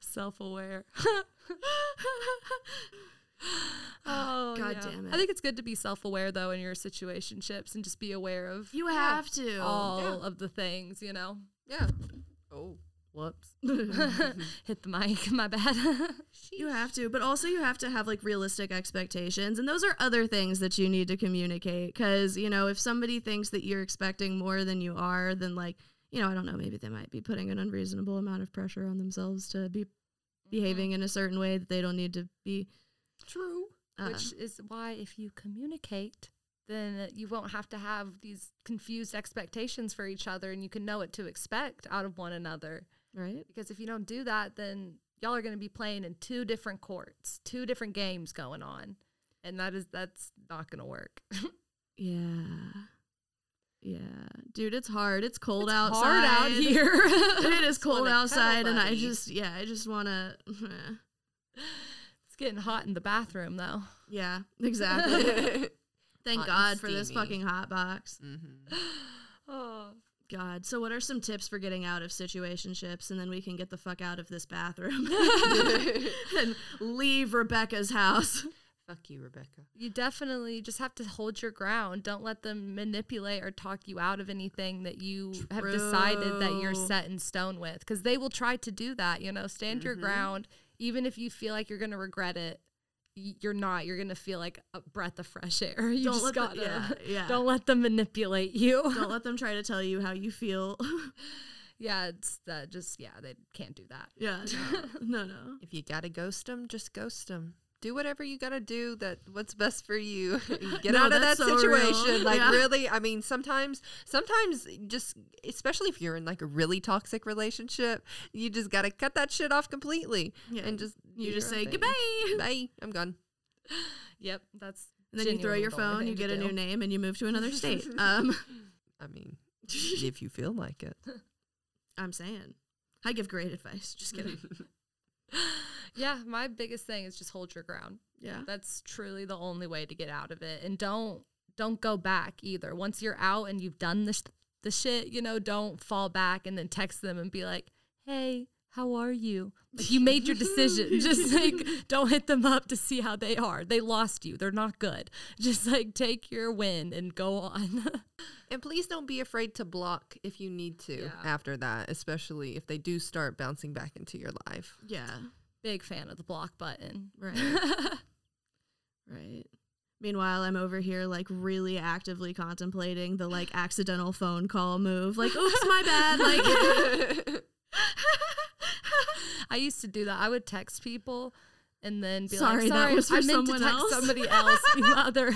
B: Self aware. Oh,
A: God
B: yeah.
A: damn
B: I
A: it.
B: think it's good to be self aware, though, in your situationships and just be aware of
A: "You have to."
B: all of the things, you know?
C: Yeah. Oh.
B: Whoops. Hit the mic. My bad.
A: You have to, but also you have to have like realistic expectations. And those are other things that you need to communicate. Cause, you know, if somebody thinks that you're expecting more than you are, then like, you know, I don't know, maybe they might be putting an unreasonable amount of pressure on themselves to be
B: Mm-hmm.
A: behaving in a certain way that they don't need to be.
C: True.
A: Uh,
B: which is why if you communicate then you won't have to have these confused expectations for each other and you can know what to expect out of one another
A: right?
B: because if you don't do that then y'all are going to be playing in two different courts two different games going on and that is that's not going to work
A: Yeah. Yeah. Dude, it's hard. It's cold
B: It's
A: outside.
B: hard out here
A: it is
C: wanna
A: cold
C: cuddle
A: outside. And I
C: buddy.
A: just, yeah, I just want to.
B: it's getting hot in the bathroom though
A: Yeah, exactly. Thank
C: Hot and
A: God for this
C: steamy.
A: fucking hot box.
B: oh
A: God. So, what are some tips for getting out of situationships, and then we can get the fuck out of this bathroom and leave Rebecca's house?
C: Fuck you, Rebecca.
B: You definitely just have to hold your ground. Don't let them manipulate or talk you out of anything that you have decided that you're
A: True.
B: set in stone with because they will try to do that. You know, stand your ground. Even if you feel like you're going to regret it, y- you're not. You're going to feel like a breath of fresh air. You
A: Don't
B: just
A: let the-
B: gotta,
A: yeah, yeah.
B: Don't let them manipulate you.
A: Don't let them try to tell you how you feel.
B: yeah, it's uh, just, yeah, they can't do that.
A: yeah, no, no.
C: If you gotta ghost them, just ghost them. Do whatever you gotta do. That what's best for you. Get
A: No,
C: out of that
A: that's so
C: situation.
A: real.
C: Like
A: Yeah.
C: really, I mean, sometimes, sometimes just especially if you're in like a really toxic relationship, you just gotta cut that shit off completely
A: Yeah,
C: and just
A: You
C: do
A: just
C: your
A: say
C: own thing.
A: goodbye.
C: Bye. I'm gone.
B: Yep, that's.
A: And then you throw
B: genuinely
A: your
B: the only
A: phone,
B: thing
A: you
B: to
A: get a
B: do.
A: new name, and you move to another state. Um,
C: I mean, if you feel like it.
A: I'm saying, I give great advice. Just kidding.
B: Yeah, my biggest thing is just hold your ground.
A: Yeah.
B: That's truly the only way to get out of it. And don't don't go back either. Once you're out and you've done this the shit, you know, don't fall back and then text them and be like, "Hey, how are you?" Like you made your decision. just like don't hit them up to see how they are. They lost you. They're not good. Just like take your win and go on.
C: And please don't be afraid to block if you need to
B: Yeah.
C: after that, especially if they do start bouncing back into your life.
A: Yeah.
B: Big fan of the block button.
A: Right. right. Meanwhile, I'm over here like really actively contemplating the like accidental phone call move. Like, oops, my bad. Like,
B: I used to do that. I would text people and then be
A: Sorry,
B: like,
A: that
B: "Sorry,
A: was for
B: I meant to
A: someone
B: text
A: else."
B: somebody else." Meanwhile, their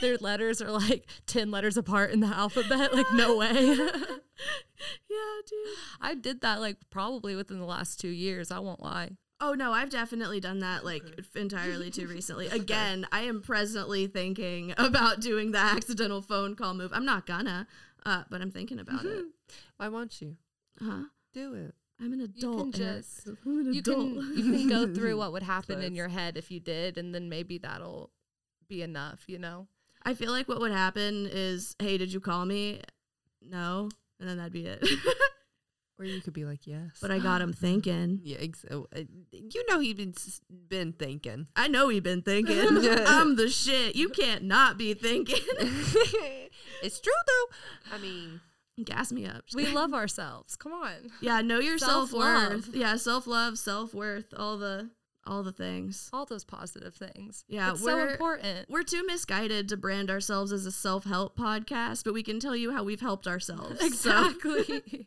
B: their letters are like ten letters apart in the alphabet. Like, no way.
A: yeah, dude.
B: I did that like probably within the last two years. I won't lie.
A: Oh no, I've definitely done that like f- entirely too recently. Again, I am presently thinking about doing the accidental phone call move. I'm not gonna, uh, but I'm thinking about it.
C: Why won't you?
A: Huh?
C: Do it.
A: I'm an
B: Mm-hmm. You can
A: adult. Eric.
B: just
A: I'm an
B: you
A: adult.
B: can you can go through what would happen in your head if you did, and then maybe that'll be enough. You know.
A: I feel like what would happen is, hey, did you call me? No, and then that'd be it.
C: Or you could be like, yes.
A: but I got him thinking.
C: yeah, ex- oh, uh, you know he'd been, s- been thinking.
A: I know he been thinking. I'm the shit. You can't not be thinking.
C: it's true though. I mean,
A: Gas me up.
B: We love ourselves. Come on.
A: yeah, know your self
B: Self-love.
A: worth. Yeah, self love, self worth, all the all the things.
B: All those positive things.
A: Yeah,
B: it's so
A: we're-
B: important.
A: We're too misguided to brand ourselves as a self help podcast, but we can tell you how we've helped ourselves. So-
B: Exactly.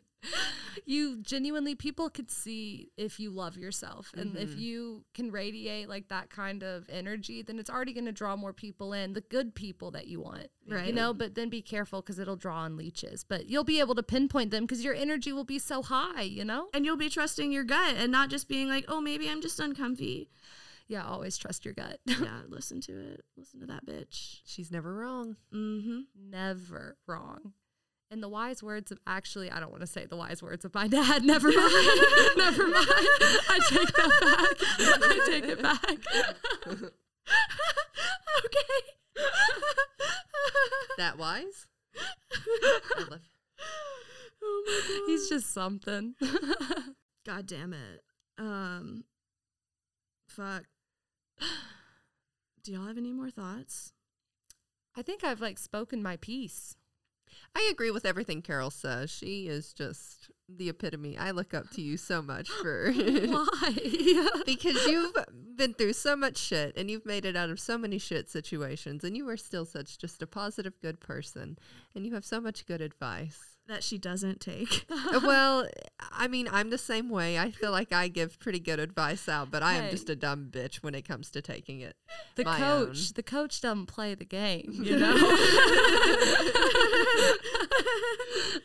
B: you genuinely people could see if you love yourself and if you can radiate like that kind of energy, then it's already going to draw more people in, the good people that you want. You
A: Right.
B: know, but then be careful cuz it'll draw on leeches, but you'll be able to pinpoint them cuz your energy will be so high, you know?
A: and you'll be trusting your gut and not just being like, oh, maybe I'm just uncomfy.
B: Yeah, always trust your gut.
A: yeah, listen to it. Listen to that bitch.
C: she's never wrong.
A: Mm-hmm.
B: never wrong. And the wise words of actually, I don't want to say the wise words of my dad. Never mind. never mind. I take that back. I take it back. okay.
C: That wise? I love
A: Oh my god.
B: He's just something.
A: God damn it. Um fuck. Do y'all have any more thoughts?
B: I think I've like spoken my piece.
C: I agree with everything Carol says. She is just the epitome. I look up to you so much for
B: Why?
C: because you've been through so much shit and you've made it out of so many shit situations and you are still such just a positive good person and you have so much good advice
A: That she doesn't take.
C: Uh, well i mean i'm the same way i feel like i give pretty good advice out but i am
B: Hey.
C: just a dumb bitch when it comes to taking it
B: the
C: my own.
B: coach, the coach doesn't play the game, you know?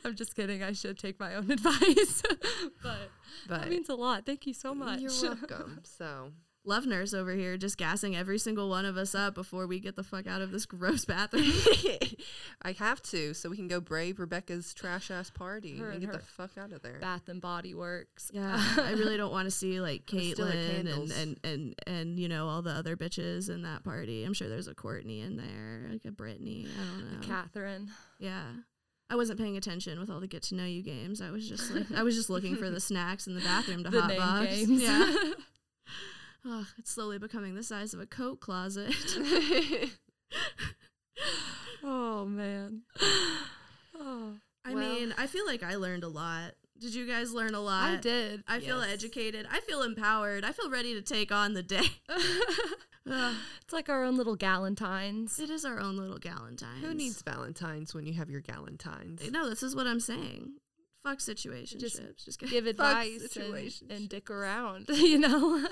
B: I'm just kidding. I should take my own advice. but
C: but
B: that means a lot. Thank you so much.
C: you're welcome so
A: Love nurse over here just gassing every single one of us up before we get the fuck out of this gross bathroom.
C: i have to so we can go brave rebecca's trash ass party
B: Her
C: and
B: and
C: get the
B: her
C: fuck out of there
B: Bath and Body Works.
A: yeah. I really don't want to see like
C: Let's do the
A: Caitlyn and,
C: candles.
A: and and and you know all the other bitches in that party. I'm sure there's a Courtney in there, like a Brittany. I don't know.
B: Catherine.
A: Yeah. I wasn't paying attention with all the get to know you games. I was just like, I was just looking for the snacks in the bathroom to
B: The
A: hot
B: name
A: box.
B: games.
A: Yeah. Ugh, it's slowly becoming the size of a coat closet.
B: Oh man. Oh,
A: I
B: Well.
A: mean, I feel like I learned a lot. Did you guys learn a lot?
B: I did.
A: I feel
C: Yes.
A: educated. I feel empowered. I feel ready to take on the day. Ugh,
B: It's like our own little Galentines.
A: it is our own little Galentine.
C: Who needs Valentine's when you have your Galentine's?
A: No, this is what I'm saying. Fuck situationships. Just, kidding.
B: Give advice and,
C: situations.
B: and dick around, you know.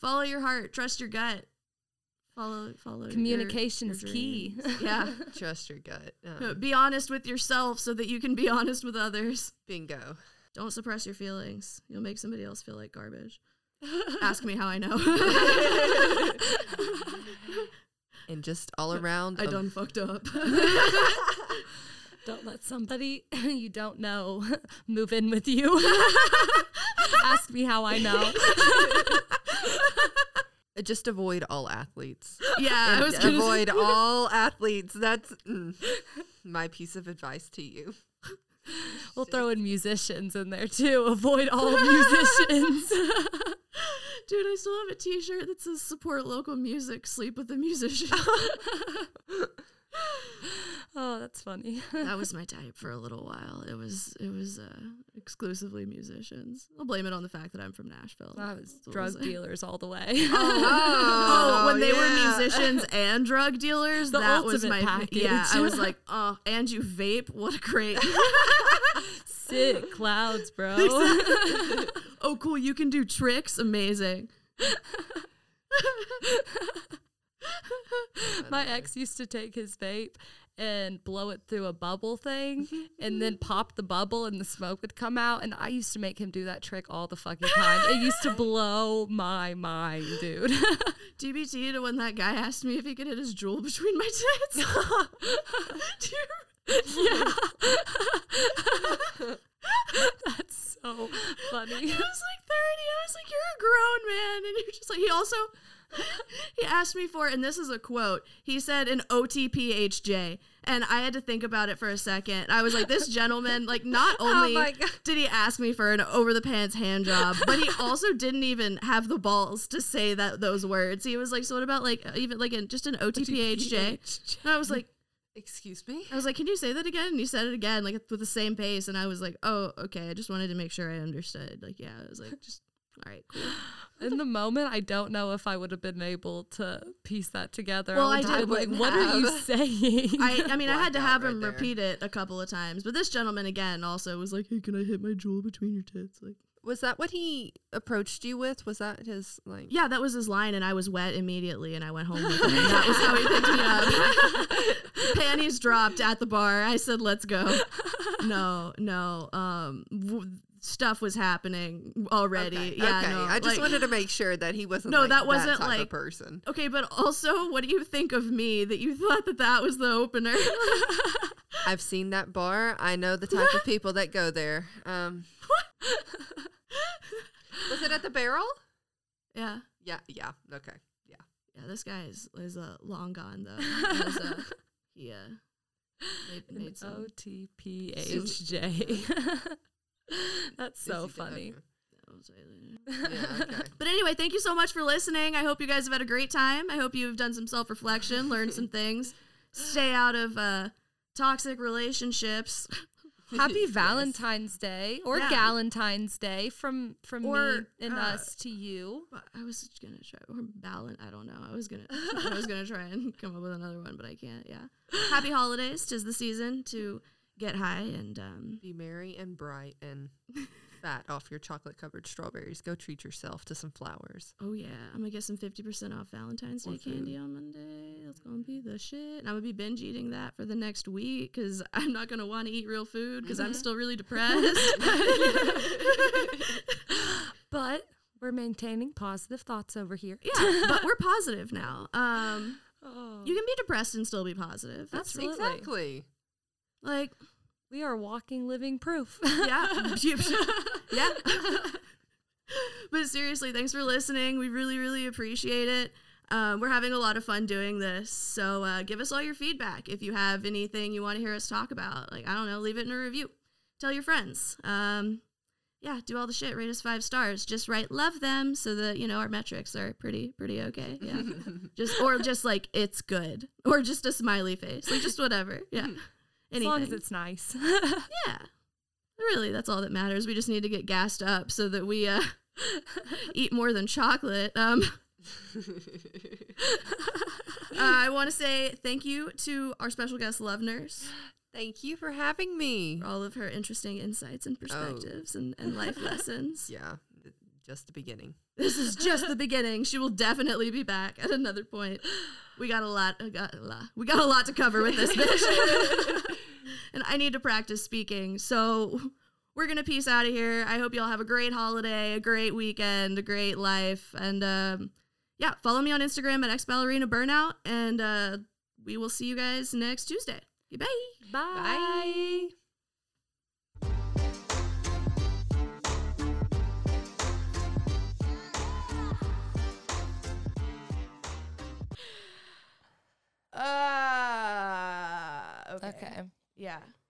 A: follow your heart. Trust your gut. Follow follow your-
B: Communication
A: your
B: is key.
A: dreams. yeah.
C: Trust your gut.
A: No,
C: Um,
A: Be honest with yourself so that you can be honest with others.
C: bingo.
A: Don't suppress your feelings. You'll make somebody else feel like garbage. Ask me how I know.
C: And just all around.
A: I
C: a
A: done fucked up.
B: Don't let somebody you don't know move in with you. Ask me how I know.
C: Uh, Just avoid all athletes.
A: yeah, I was gonna say-
C: avoid all athletes. That's mm, my piece of advice to you.
B: We'll throw in musicians in there too. Avoid all musicians.
A: dude. I still have a T-shirt that says "Support local music, sleep with the musician."
B: oh, that's funny.
A: that was my type for a little while. It was it was uh, exclusively musicians. I'll blame it on the fact that I'm from Nashville.
B: That was
A: That's what
B: drug
A: I'll say.
B: dealers all the way.
A: Oh, when they
C: yeah.
A: were musicians and drug dealers,
B: The
A: that was my
B: ultimate
A: fa- yeah. I
B: package.
A: was like, oh, and you vape? What a great!
B: Sick clouds, bro.
A: oh, cool. You can do tricks. Amazing.
B: My ex used to take his vape and blow it through a bubble thing and then pop the bubble and the smoke would come out. And I used to make him do that trick all the fucking time. It used to blow my mind, dude.
A: DBT to when that guy asked me if he could hit his jewel between my tits. Do you-
B: That's so funny.
A: I was like 30. I was like, you're a grown man. And you're just like, he also, he asked me for, and this is a quote, he said an OTPHJ. And I had to think about it for a second. I was like, this gentleman, like, not only
C: Oh my God.
A: did he ask me for an over the pants hand job, but he also didn't even have the balls to say that those words. He was like, so what about like even like an, just an OTPHJ? And I was like,
C: Excuse me.
A: I was like, "Can you say that again?" And he said it again, like with the same pace. And I was like, "Oh, okay." I just wanted to make sure I understood. Like, yeah, I was like, "Just all right, cool."
B: In the moment, I don't know if I would have been able to piece that together.
A: Well, I
B: would've
A: did
B: been
A: wouldn't
B: Like, what are you saying?
A: I, I mean, I had to
C: Blackout
A: have
C: right
A: him
C: there.
A: repeat it a couple of times, but this gentleman again also was like, "Hey, can I hit my jewel between your tits?" Like,
C: Was that what he approached you with? Was that his like?
A: yeah, that was his line, and I was wet immediately, and I went home. With him. That was how he picked me up. Panties dropped at the bar. I said, "Let's go." No, no, um, w- stuff was happening already.
C: Okay,
A: Yeah,
C: okay.
A: no,
C: I just
A: like-
C: wanted to make sure that he wasn't.
A: No,
C: like,
A: that wasn't,
C: type of
A: like-
C: person.
A: Okay, but also, what do you think of me that you thought that that was the opener?
C: I've seen that bar. I know the type of people that go there. Um, was it at the barrel?
A: yeah.
C: Yeah. Yeah. Okay. Yeah.
A: Yeah, this guy is, is uh, long gone, though. He, was, uh, he uh, made, made some.
B: OTPHJ. That's so funny.
C: Yeah. Okay.
A: But anyway, thank you so much for listening. I hope you guys have had a great time. I hope you've done some self reflection, learned some things, stay out of uh, toxic relationships.
B: Happy Valentine's Day or
A: Yeah.
B: Galentine's Day from from
A: Or,
B: me and
A: uh,
B: us to you.
A: But I was just gonna try or balance. I don't know. I was gonna. I was gonna try and come up with another one, but I can't. Yeah. Happy holidays. Tis the season to get high and um,
C: Be merry and bright and fat off your chocolate covered strawberries. Go treat yourself to some flowers.
A: Oh yeah, I'm gonna get some 50% off Valentine's Day candy on Monday. That's gonna be the shit. And I'm gonna be binge eating that for the next week because I'm not gonna want to eat real food because I'm still really depressed.
B: But we're maintaining positive thoughts over here.
A: yeah, but we're positive now. Um, you can be depressed and still be positive. That's
B: Absolutely.
C: Exactly.
A: like,
B: We are walking living proof.
A: yeah, yeah. but seriously, thanks for listening. We really, really appreciate it. Um, we're having a lot of fun doing this, so uh, give us all your feedback. If you have anything you want to hear us talk about, like I don't know, leave it in a review. Tell your friends. Um, yeah, do all the shit. Rate us five stars. Just write "love them" so that you know our metrics are pretty pretty okay. Yeah, just or just like it's good, or just a smiley face, like just whatever. Yeah,
B: As
A: anything.
B: long as it's nice.
A: Yeah. Really, that's all that matters. We just need to get gassed up so that we uh, eat more than chocolate. Um, uh, I want to say thank you to our special guest, Love Nurse,
C: Thank you for having me.
A: for all of her interesting insights and perspectives and, and life lessons.
C: Yeah, th- just the beginning.
A: This is just the beginning. She will definitely be back at another point. We got a lot. I got a lot we got a lot to cover with this bitch. and I need to practice speaking. So we're gonna peace out of here. I hope y'all have a great holiday, a great weekend, a great life, and um, yeah, follow me on Instagram at ex ballerina burnout, and uh, we will see you guys next Tuesday. Bye.
B: Bye.
F: Uh, okay.
I: Okay.
F: Yeah.